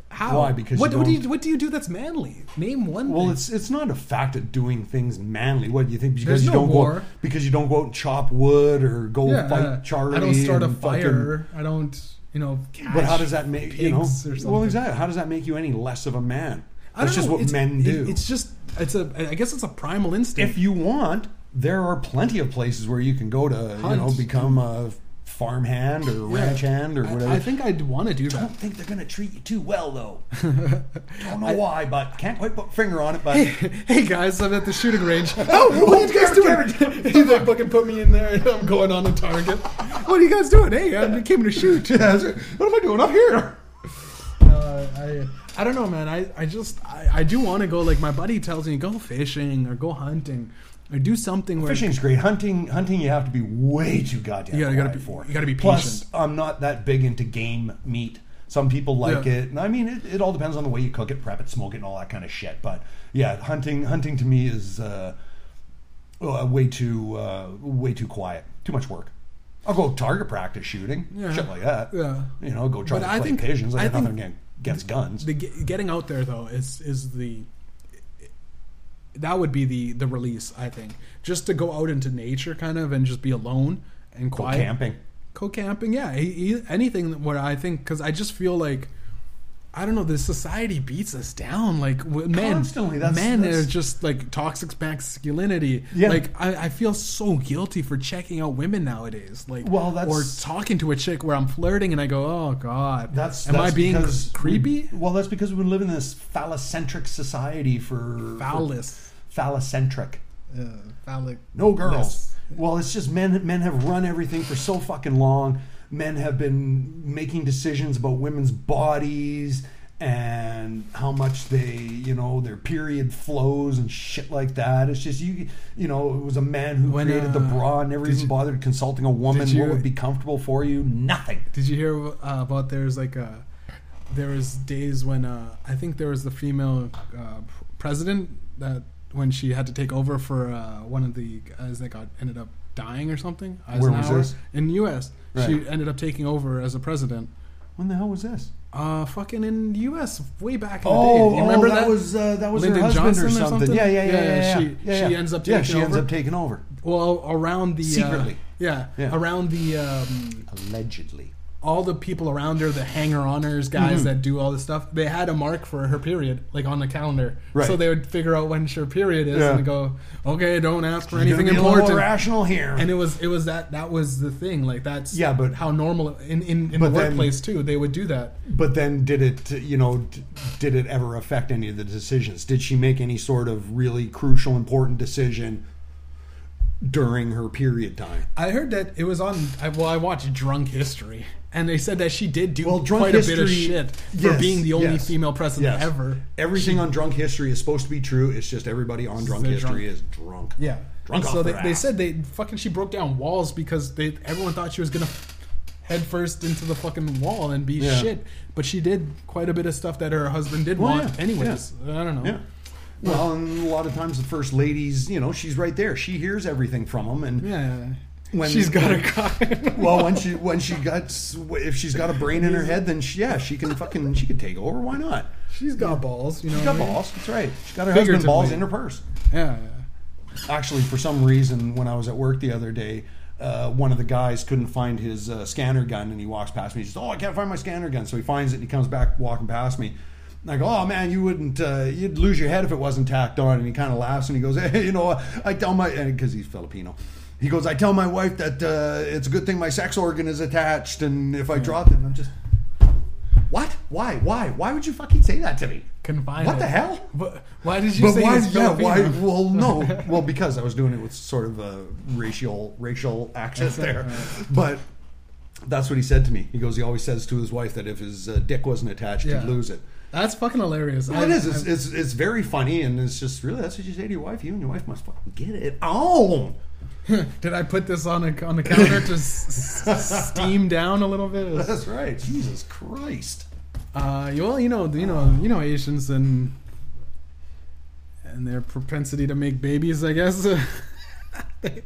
how Why? Because what, you what do don't- you what do you do that's manly name one Well, thing. it's it's not a fact of doing things manly. What do you think? There's Because you no don't go war. because you don't go out and chop wood or go Yeah, yeah. fight Charlie. i don't start a and fucking- fire i don't you know catch But how does that make you know? pigs or something. well, exactly. How does that make you any less of a man? I don't That's just know, what it's- men it- do. it's just it's a i guess it's a primal instinct if you want, there are plenty of places where you can go to, you Hunt. know, become a farmhand or Yeah. ranch hand or I- whatever. I, think I'd want to do I that. don't think they're going to treat you too well, though. don't know why, but can't quite put finger on it. But hey guys, I'm at the shooting range. Oh, what are you guys doing? He's like fucking put me in there and I'm going on a target. What are you guys doing? Hey, I came to shoot. what am I doing up here? Uh, I I don't know, man. I, I just I, I do want to go. Like my buddy tells me, go fishing or go hunting or do something where Fishing's great. Hunting, hunting, you have to be way too goddamn. You gotta- you gotta polite be- for. you gotta be Plus, patient. I'm not that big into game meat. Some people like Yeah. it, and I mean, it, it all depends on the way you cook it, prep it, smoke it, and all that kind of shit. But yeah, hunting, hunting to me is uh, uh, way too, uh, way too quiet. Too much work. I'll go target practice shooting, Yeah. shit like that. Yeah. you know, go try But to I play think- pigeons. I, I have think nothing against- against guns. the ge- getting out there though is is the that would be the the release. I think just to go out into nature, kind of, and just be alone and go quiet. camping. co-camping yeah he, he, anything where i think because i just feel like i don't know this society beats us down like w- men Constantly, that's- men that's- are just like toxic masculinity Yeah. like I, I feel so guilty for checking out women nowadays like Well, that's- or talking to a chick where i'm flirting and i go oh god That's am that's i being because creepy We, well, that's because we live in this phallocentric society for phallus for- phallocentric. uh, phallic No girls. Well, it's just men. Men have run everything for so fucking long. Men have been making decisions about women's bodies and how much they, you know, their period flows and shit like that. It's just you, you know, it was a man who When, created the uh, bra, and never did even you- bothered consulting a woman. did you- what would be comfortable for you? Nothing. Did you hear uh, about there's like a there was days when uh, I think there was the female uh, pr- president that when she had to take over for uh, one of the guys that got ended up dying or something. Where was Eisenhower, this? In the U.S. Right. She ended up taking over as a president. When the hell was this? Uh, fucking in the U.S. way back in the Oh, day. You oh, remember that? was uh, that was Lyndon her husband Johnson or or something. something? Yeah, yeah, yeah, Yeah, yeah, yeah, yeah. she- yeah, she yeah. ends up yeah, taking she ends over. up taking over well around the uh, Secretly. yeah, Yeah. around the um, allegedly. all the people around her, the hanger-oners, guys Mm-hmm. that do all this stuff, they had a mark for her period, like on the calendar. Right. So they would figure out when her period is Yeah. and go, okay, don't ask for Anything anything be important? important. rational here. And it was it was that that was the thing. Like that's Yeah, but- how normal in in, in the But then- workplace too. They would do that. but then, did it you know d- did it ever affect any of the decisions? Did she make any sort of really crucial, important decision during her period time? I heard that it was on. I, well, I watched Drunk History, and they said that she did do Well, Drunk quite a bit of History- shit Yes, for being the only yes, female president yes. ever. Everything on Drunk History is supposed to be true. It's just everybody on Drunk They're History drunk. is drunk. Yeah. Drunk so off they, their they ass. said they fucking she broke down walls because they everyone thought she was gonna head first into the fucking wall and be Yeah. shit. But she did quite a bit of stuff that her husband did Well, want. yeah, Anyways, I don't know. Yeah. Well, and a lot of times the first ladies, you know, she's right there. She hears everything from them, and Yeah. when She's got a cock. well, when she when she got s- if she's got a brain in her head, then she, yeah, she can fucking she could take over. Why not? She's got balls, you know. She's got balls. That's right. She's got her husband Figuratively. balls in her purse. Yeah. Actually, for some reason, when I was at work the other day, uh, one of the guys couldn't find his uh, scanner gun, and he walks past me. He says, "Oh, I can't find my scanner gun." So he finds it, and he comes back walking past me. And I go, "Oh man, you wouldn't, uh, you'd lose your head if it wasn't tacked on." And he kind of laughs, and he goes, "Hey, you know, I tell my because he's Filipino." He goes, "I tell my wife that uh, it's a good thing my sex organ is attached, and if I drop it, I'm just." What? Why? Why? Why would you fucking say that to me? Confine What it. the hell? But why did you But say why? it's Yeah, why? Filipino? Well, no. well, because I was doing it with sort of a racial racial accent there, but that's what he said to me. He goes, he always says to his wife that if his uh, dick wasn't attached, Yeah. he'd lose it. That's fucking hilarious. Well, it is. It's, it's it's very funny, and it's just really that's what you say to your wife. You and your wife must fucking get it on. Did I put this on a on the counter to s- s- steam down a little bit? It was- That's right. Jesus Christ. Uh, you- well, you know, you know, you know, Asians and and their propensity to make babies. I guess They-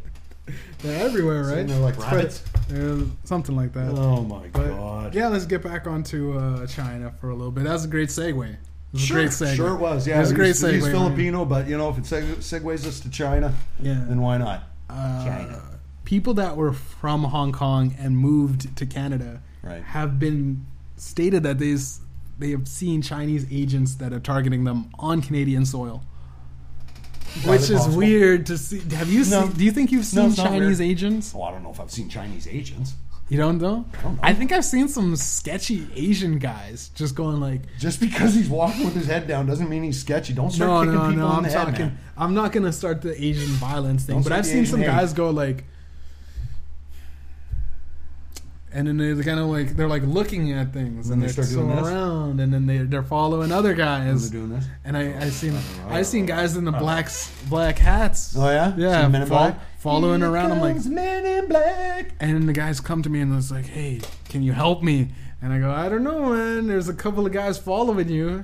they're everywhere, right? they're like Spread- rabbits? they're something like that. Oh my Uh, but god. yeah, let's get back onto uh, China for a little bit. That was a great segue. It was Sure, a great segue. sure it was. Yeah, it was a great he's, segue. He's Filipino, but you know, if it seg- segues us to China, Yeah. then why not? Uh, China. People that were from Hong Kong and moved to Canada Right. have been stated that they s- they have seen Chinese agents that are targeting them on Canadian soil, which is possible. weird to see. Have you No. seen? Do you think you've No, seen it's not Chinese weird. agents? Oh, I don't know if I've seen Chinese agents. You don't know? I, don't know. think I've seen some sketchy Asian guys just going like, Just because he's walking with his head down doesn't mean he's sketchy. Don't start "No, kicking no, people no, in I'm the talking. head, man. I'm not gonna start the Asian violence thing." Don't but start I've the seen Asian some hate. guys go like, and then they're kind of like they're like looking at things And and, they they are start doing this? around, and then they they're following other guys. They're doing this. And I I seen I seen guys in the blacks black hats. Oh yeah, Yeah, Seen Men in fol- Black. following Here around. I'm like, comes Men in Black. and then the guys come to me and it's like, "Hey, can you help me?" And I go, "I don't know, man. There's a couple of guys following you."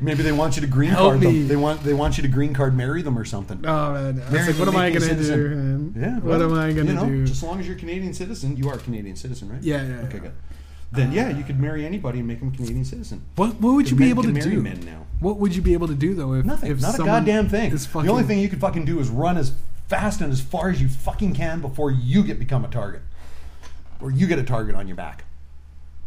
Maybe they want you to green Help card me. them. They want they want you to green card marry them or something. Oh man, I was Mary, like, "What you am I make me a gonna do?" citizen. Man? Yeah. what well, am I gonna you know, do? Just as long as you're a Canadian citizen, you are a Canadian citizen, right? Yeah, yeah, Uh, Okay, yeah. good. Then yeah, you could marry anybody and make them Canadian citizen. What what would you Men be able to can marry do? men now. What would you be able to do though? If Nothing. If not a someone goddamn thing. is The fucking- only thing you could fucking do is run as fast and as far as you fucking can before you get become a target, or you get a target on your back.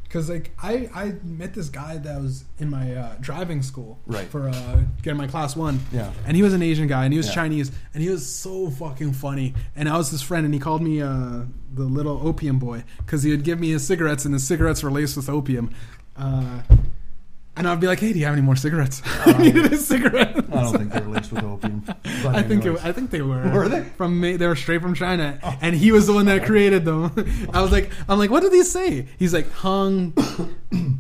Because like I, I met this guy that was in my uh, driving school Right. for uh, getting my class one. Yeah. And he was an Asian guy and he was Yeah. Chinese and he was so fucking funny. And I was his friend and he called me uh, the little opium boy because he would give me his cigarettes and his cigarettes were laced with opium. Uh, and I'd be like, hey, do you have any more cigarettes? I needed a cigarette. Uh, I don't think they're laced with opium. But I think anyways. it, I think they were. Were they? Oh. from Ma- they were straight from China, and he was the one that created them. I was like, I'm like, what do these say? He's like Hung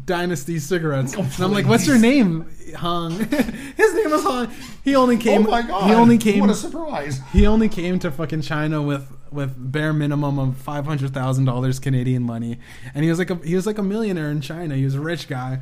Dynasty cigarettes, Oh, and I'm like, what's your name, Hung? His name was Hung. He only Oh came. my god! He only came. What a surprise! He only came to fucking China with with bare minimum of five hundred thousand dollars Canadian money, and he was like a he was like a millionaire in China. He was a rich guy,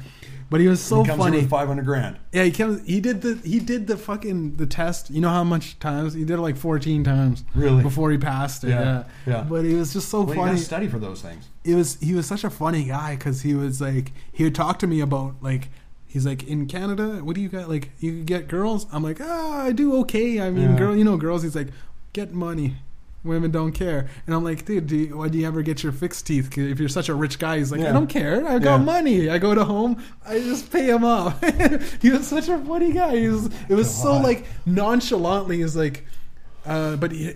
but he was so Comes funny. in with five hundred grand. Yeah, he comes. He did the he did the fucking the test. You know how much times he did it like fourteen times. Really? before he passed it. Yeah, Yeah, yeah. But he was just so Well, you funny. gotta study for those things. It was he was such a funny guy because he was like he would talk to me about like he's like in Canada what do you got like you get girls I'm like ah I do okay I mean Yeah. girl you know girls he's like get money Women don't care. And I'm like, dude, do you, why do you ever get your fixed teeth? 'Cause if you're such a rich guy, he's like, Yeah. I don't care. I got Yeah. money. I go to home. I just pay him off. he was such a funny guy. He was, it was so God. like nonchalantly. He's like, uh, but he,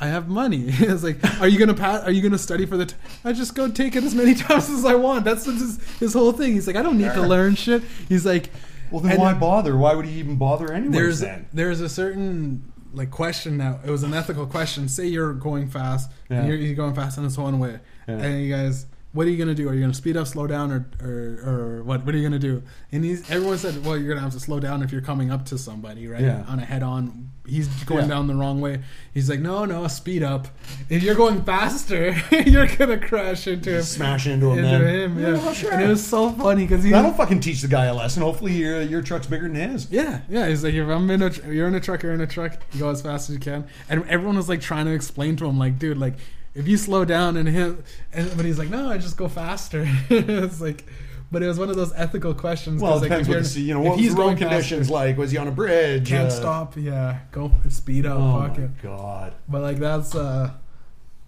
I have money. it's like, are you gonna pass? Are you gonna study for the? T-? I just go take it as many times as I want. That's his, his whole thing. He's like, I don't need to learn shit. He's like, Well, then and why bother? Why would he even bother anyways? there's Then there's a certain like question now. It was an ethical question. Say you're going fast, Yeah. and you're, you're going fast in this one way, Yeah. and you guys, what are you gonna do? Are you gonna speed up, slow down, or or, or what? What are you gonna do? And he's everyone said, well, you're gonna have to slow down if you're coming up to somebody, right? Yeah. On a head on, he's going Yeah. down the wrong way. He's like, no, no, speed up. If you're going faster, you're gonna crash into him. smash into him, Into Oh, man. him, yeah. well, sure. And it was so funny because he That'll fucking teach the guy a lesson. Hopefully, your your truck's bigger than his. Yeah, yeah. He's like, if I'm in a, tr- you're in a truck, you're in a truck. You go as fast as you can. And everyone was like trying to explain to him, like, dude, like, if you slow down and hit, and, but he's like, no, I just go faster. it's like, but it was one of those ethical questions. 'cause, Well, it like, depends if what you're- the, you know. if What was he's the road going conditions faster, like? Was he on a bridge? Can't Uh, stop. Yeah, go speed up. Oh fuck my it. god! But like that's uh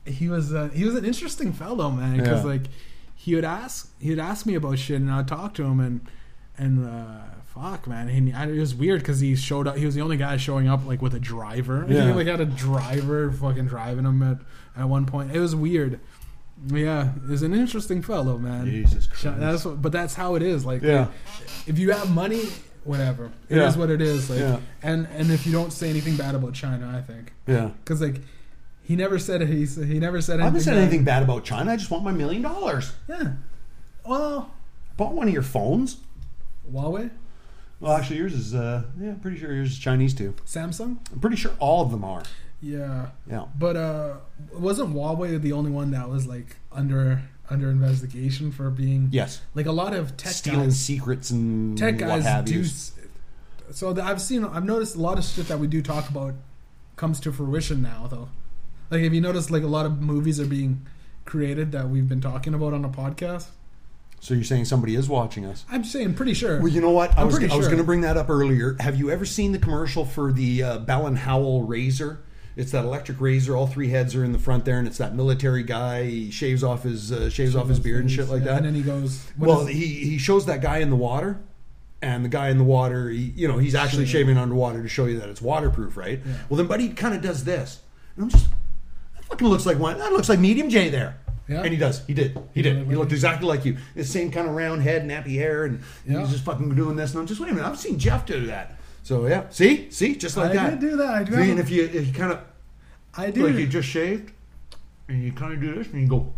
he was uh, he was an interesting fellow, man, because Yeah. like he would ask he would ask me about shit, and I'd talk to him, and and uh, fuck, man, and I- it was weird because he showed up. He was the only guy showing up like with a driver. Yeah. He like had a driver fucking driving him at at one point. It was weird. Yeah, he was an interesting fellow, man. Jesus Sh- Christ! That's what, but that's how it is. Like, yeah, if you have money, whatever, it is Yeah. what it is. Like, Yeah. and and if you don't say anything bad about China, I think yeah. because like he never said he s- he never said I anything. haven't said bad. anything bad about China. I just want my million dollars. Yeah. Well, I Bought one of your phones. Huawei, Well, actually, yours is. Uh, yeah, I'm pretty sure yours is Chinese too. Samsung. I'm pretty sure all of them are. Yeah, Yeah. but uh, wasn't Huawei the only one that was like under under investigation for being Yes. like a lot of tech Stealing guys? secrets and Tech what guys have do. you. s- So the, I've seen I've noticed a lot of shit that we do talk about comes to fruition now though. Like if you notice, like a lot of movies are being created that we've been talking about on a podcast. So you're saying somebody is watching us? I'm saying pretty sure. Well, you know what? I I'm was pretty I was sure. going to bring that up earlier. Have you ever seen the commercial for the uh, Bell and Howell razor? It's that electric razor. All three heads are in the front there, and it's that military guy. He shaves off his uh, shaves, off his beard and shit like Yeah, that. And then he goes, what well, is- he he shows that guy in the water, and the guy in the water, he, you know, he's actually shaving underwater to show you that it's waterproof, right? Yeah. Well, then Buddy kind of does this, and I'm just that fucking looks like one. That looks like Medium J there. Yeah. And he does. He did. He Yeah, did. He right. looked exactly like you. The same kind of round head, nappy hair, and Yeah. he's just fucking doing this. And I'm just wait a minute. I've seen Jeff do that. So yeah, see, see, just like I that. did do that. I do. See, and Have, if you if you kind of I do. like you just shaved, and you kind of do this, and you go,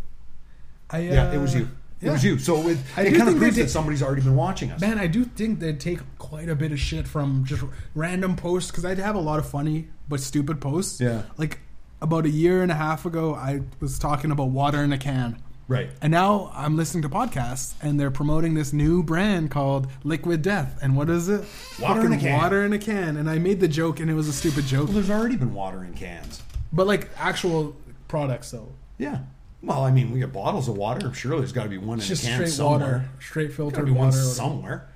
I, uh, yeah, it was you. It was yeah. you. So it, I it kind of do think they proves that did- somebody's already been watching us. Man, I do think they take quite a bit of shit from just random posts because I have a lot of funny but stupid posts. Yeah. Like about a year and a half ago, I was talking about water in a can. Right. And now I'm listening to podcasts, and they're promoting this new brand called Liquid Death. And what is it? Water in a Fucking can. Water in a can. And I made the joke, and it was a stupid joke. Well, there's already been water in cans. But like actual products, though. Yeah. Well, I mean, we get bottles of water. Surely there's got to be one in Just a can straight somewhere. water, straight There's got to filtered be one water. somewhere.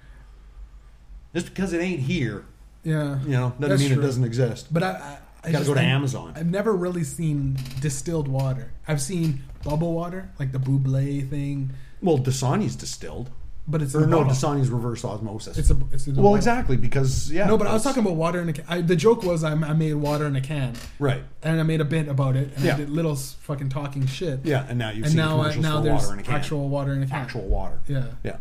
Just because it ain't here, Yeah, you know, doesn't That's mean true. it doesn't exist. But I, I, I Gotta just- go to I've- Amazon. I've never really seen distilled water. I've seen bubble water, like the Buble thing, Well, Dasani's distilled. but it's in Or a no, bottle. Dasani's reverse osmosis. It's a it's in a well, bottle. exactly, because, yeah. No, but I was that's- talking about water in a can. I, the joke was I, I made water in a can, Right. and I made a bit about it, and Yeah. I did little s- fucking talking shit. Yeah, and now you've and seen now I, commercials now for there's water in a can. actual water in a can. actual water. Yeah. Yeah.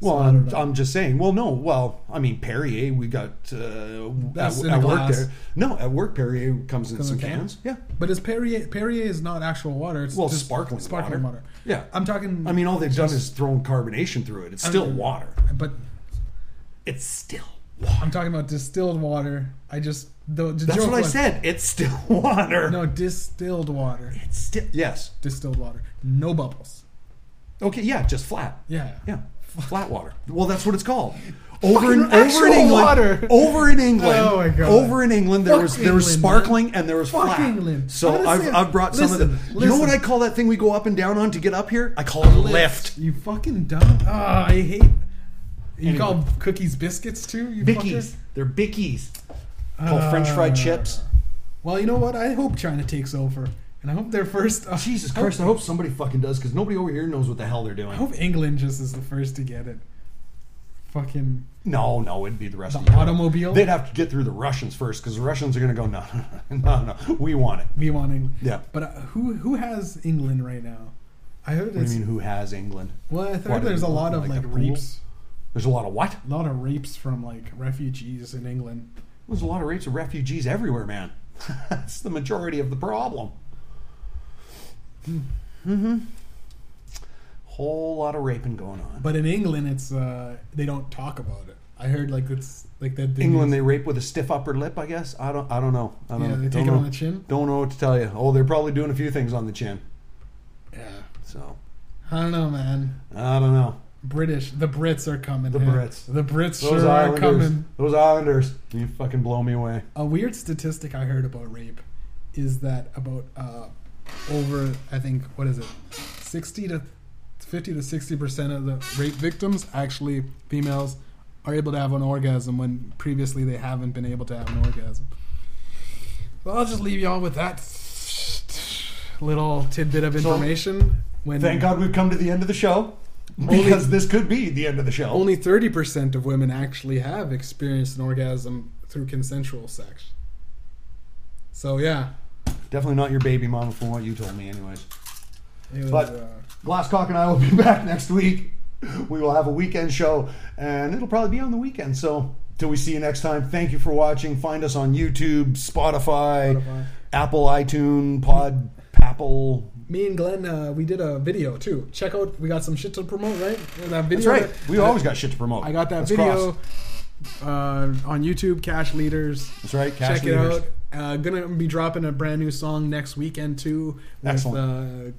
Well, I don't I'm, know. I'm just saying. Well, no. Well, I mean Perrier. We got uh, That's at, in a at work glass. there. No, at work Perrier comes in Comes some in a can? cans. Yeah. But is Perrier Perrier is not actual water? It's Well, just sparkling sparkling water. water. Yeah. I'm talking. I mean, all they've done is thrown carbonation through it. It's still mean- water. but It's still water. I'm talking about distilled water. I just the, the That's joke what I was- said. It's still water. No, distilled water. It's still yes. Distilled water. No bubbles. Okay. Yeah. Just flat. Yeah. Yeah. Flat water. Well, that's what it's called. Over in, over in Fucking actual England, water. over in England, Oh my God. over in England, there was Fuck there was England, sparkling and there was Fuck flat. England. So Honestly, I've, I've brought some of listen, the. You know what listen. I call that thing we go up and down on to get up here? I call it lift. You fucking dumb. Ah, I hate. You call cookies biscuits too? You Bickies, fucker? they're bickies. Called French fried chips. Ah. Well, you know what? I hope China takes over. And I hope their first. Uh, Jesus I hope- Christ, I hope somebody fucking does because nobody over here knows what the hell they're I doing. hope England just is the first to get it. Fucking No, no, it'd be the rest the of Europe. automobile. They'd have to get through the Russians first because the Russians are going to go, no, no, no, no, we want it. we want England. Yeah. But uh, who who has England right now? I heard What do it's. you mean, who has England? well, I What, heard there's a in- lot of like like, the pool? rapes. There's a lot of what? A lot of rapes from like refugees in England. There's a lot of rapes of refugees everywhere, man. That's the majority of the problem. Mm-hmm. Whole lot of raping going on. But in England, it's uh they don't talk about it. I heard like it's like that. England, they rape with a stiff upper lip, I guess. I don't. I don't know. I don't, Yeah, they don't take it know. on the chin? Don't know what to tell you. Oh, they're probably doing a few things on the chin. Yeah. So I don't know, man. I don't know. British, the Brits are coming. The man. Brits. the Brits Those sure are Islanders. coming. Those Islanders. You fucking blow me away. A weird statistic I heard about rape is that about uh, over I think what is it, sixty to fifty to sixty percent of the rape victims actually females are able to have an orgasm when previously they haven't been able to have an orgasm. Well, I'll just leave y'all with that little tidbit of So- information. when Thank God we've come to the end of the show Only- because this could be the end of the show. only 30% of women actually have experienced an orgasm through consensual sex. So, yeah. Definitely not your baby mama from what you told me, anyways. It was, But- uh, Glasscock and I will be back next week. We will have a weekend show, and it'll probably be on the weekend. So, till we see you next time, thank you for watching. Find us on YouTube, Spotify, Spotify. Apple, iTunes, Pod, Papple. me and Glenn, uh, we did a video too. Check out, we got some shit to promote, right? Yeah, That That's video. right. that- We I- always got shit to promote. I got that That's video cross. uh, on YouTube, Cash Leaders. That's right. Cash Check leaders. it out. Uh, gonna be dropping a brand new song next weekend too. With, Excellent. Uh,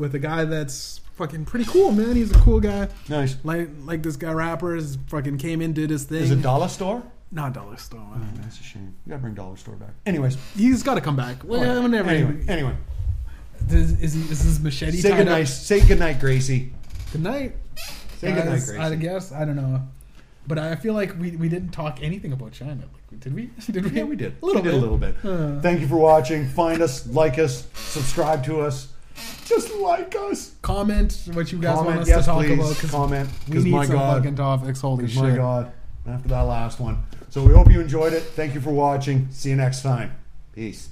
with a guy that's fucking pretty cool, man. He's a cool guy. Nice. Like like this guy rapper is fucking came in, did his thing. Is it Mm-hmm. Dollar Store? Oh, Not Dollar Store. That's a shame. You gotta bring Dollar Store back. Anyways. He's got to come back. Well, yeah, whenever. Anyway. Anyway. Is, is, he- is this machete? Say tied good up? night. Say good night, Gracie. Good night. Say good night, guys. I Gracie. guess I don't know, but I feel like we, we didn't talk anything about China. Like, did we? Did we? Yeah, we did. A little we bit. Did a little bit. Uh. Thank you for watching. Find us, like us, subscribe to us. Just like us. Comment what you guys want Comment, us yes, to talk please. about because Comment. we Because need my some God. fucking topics. Holy Because shit! my God. After that last one. So we hope you enjoyed it. Thank you for watching. See you next time. Peace.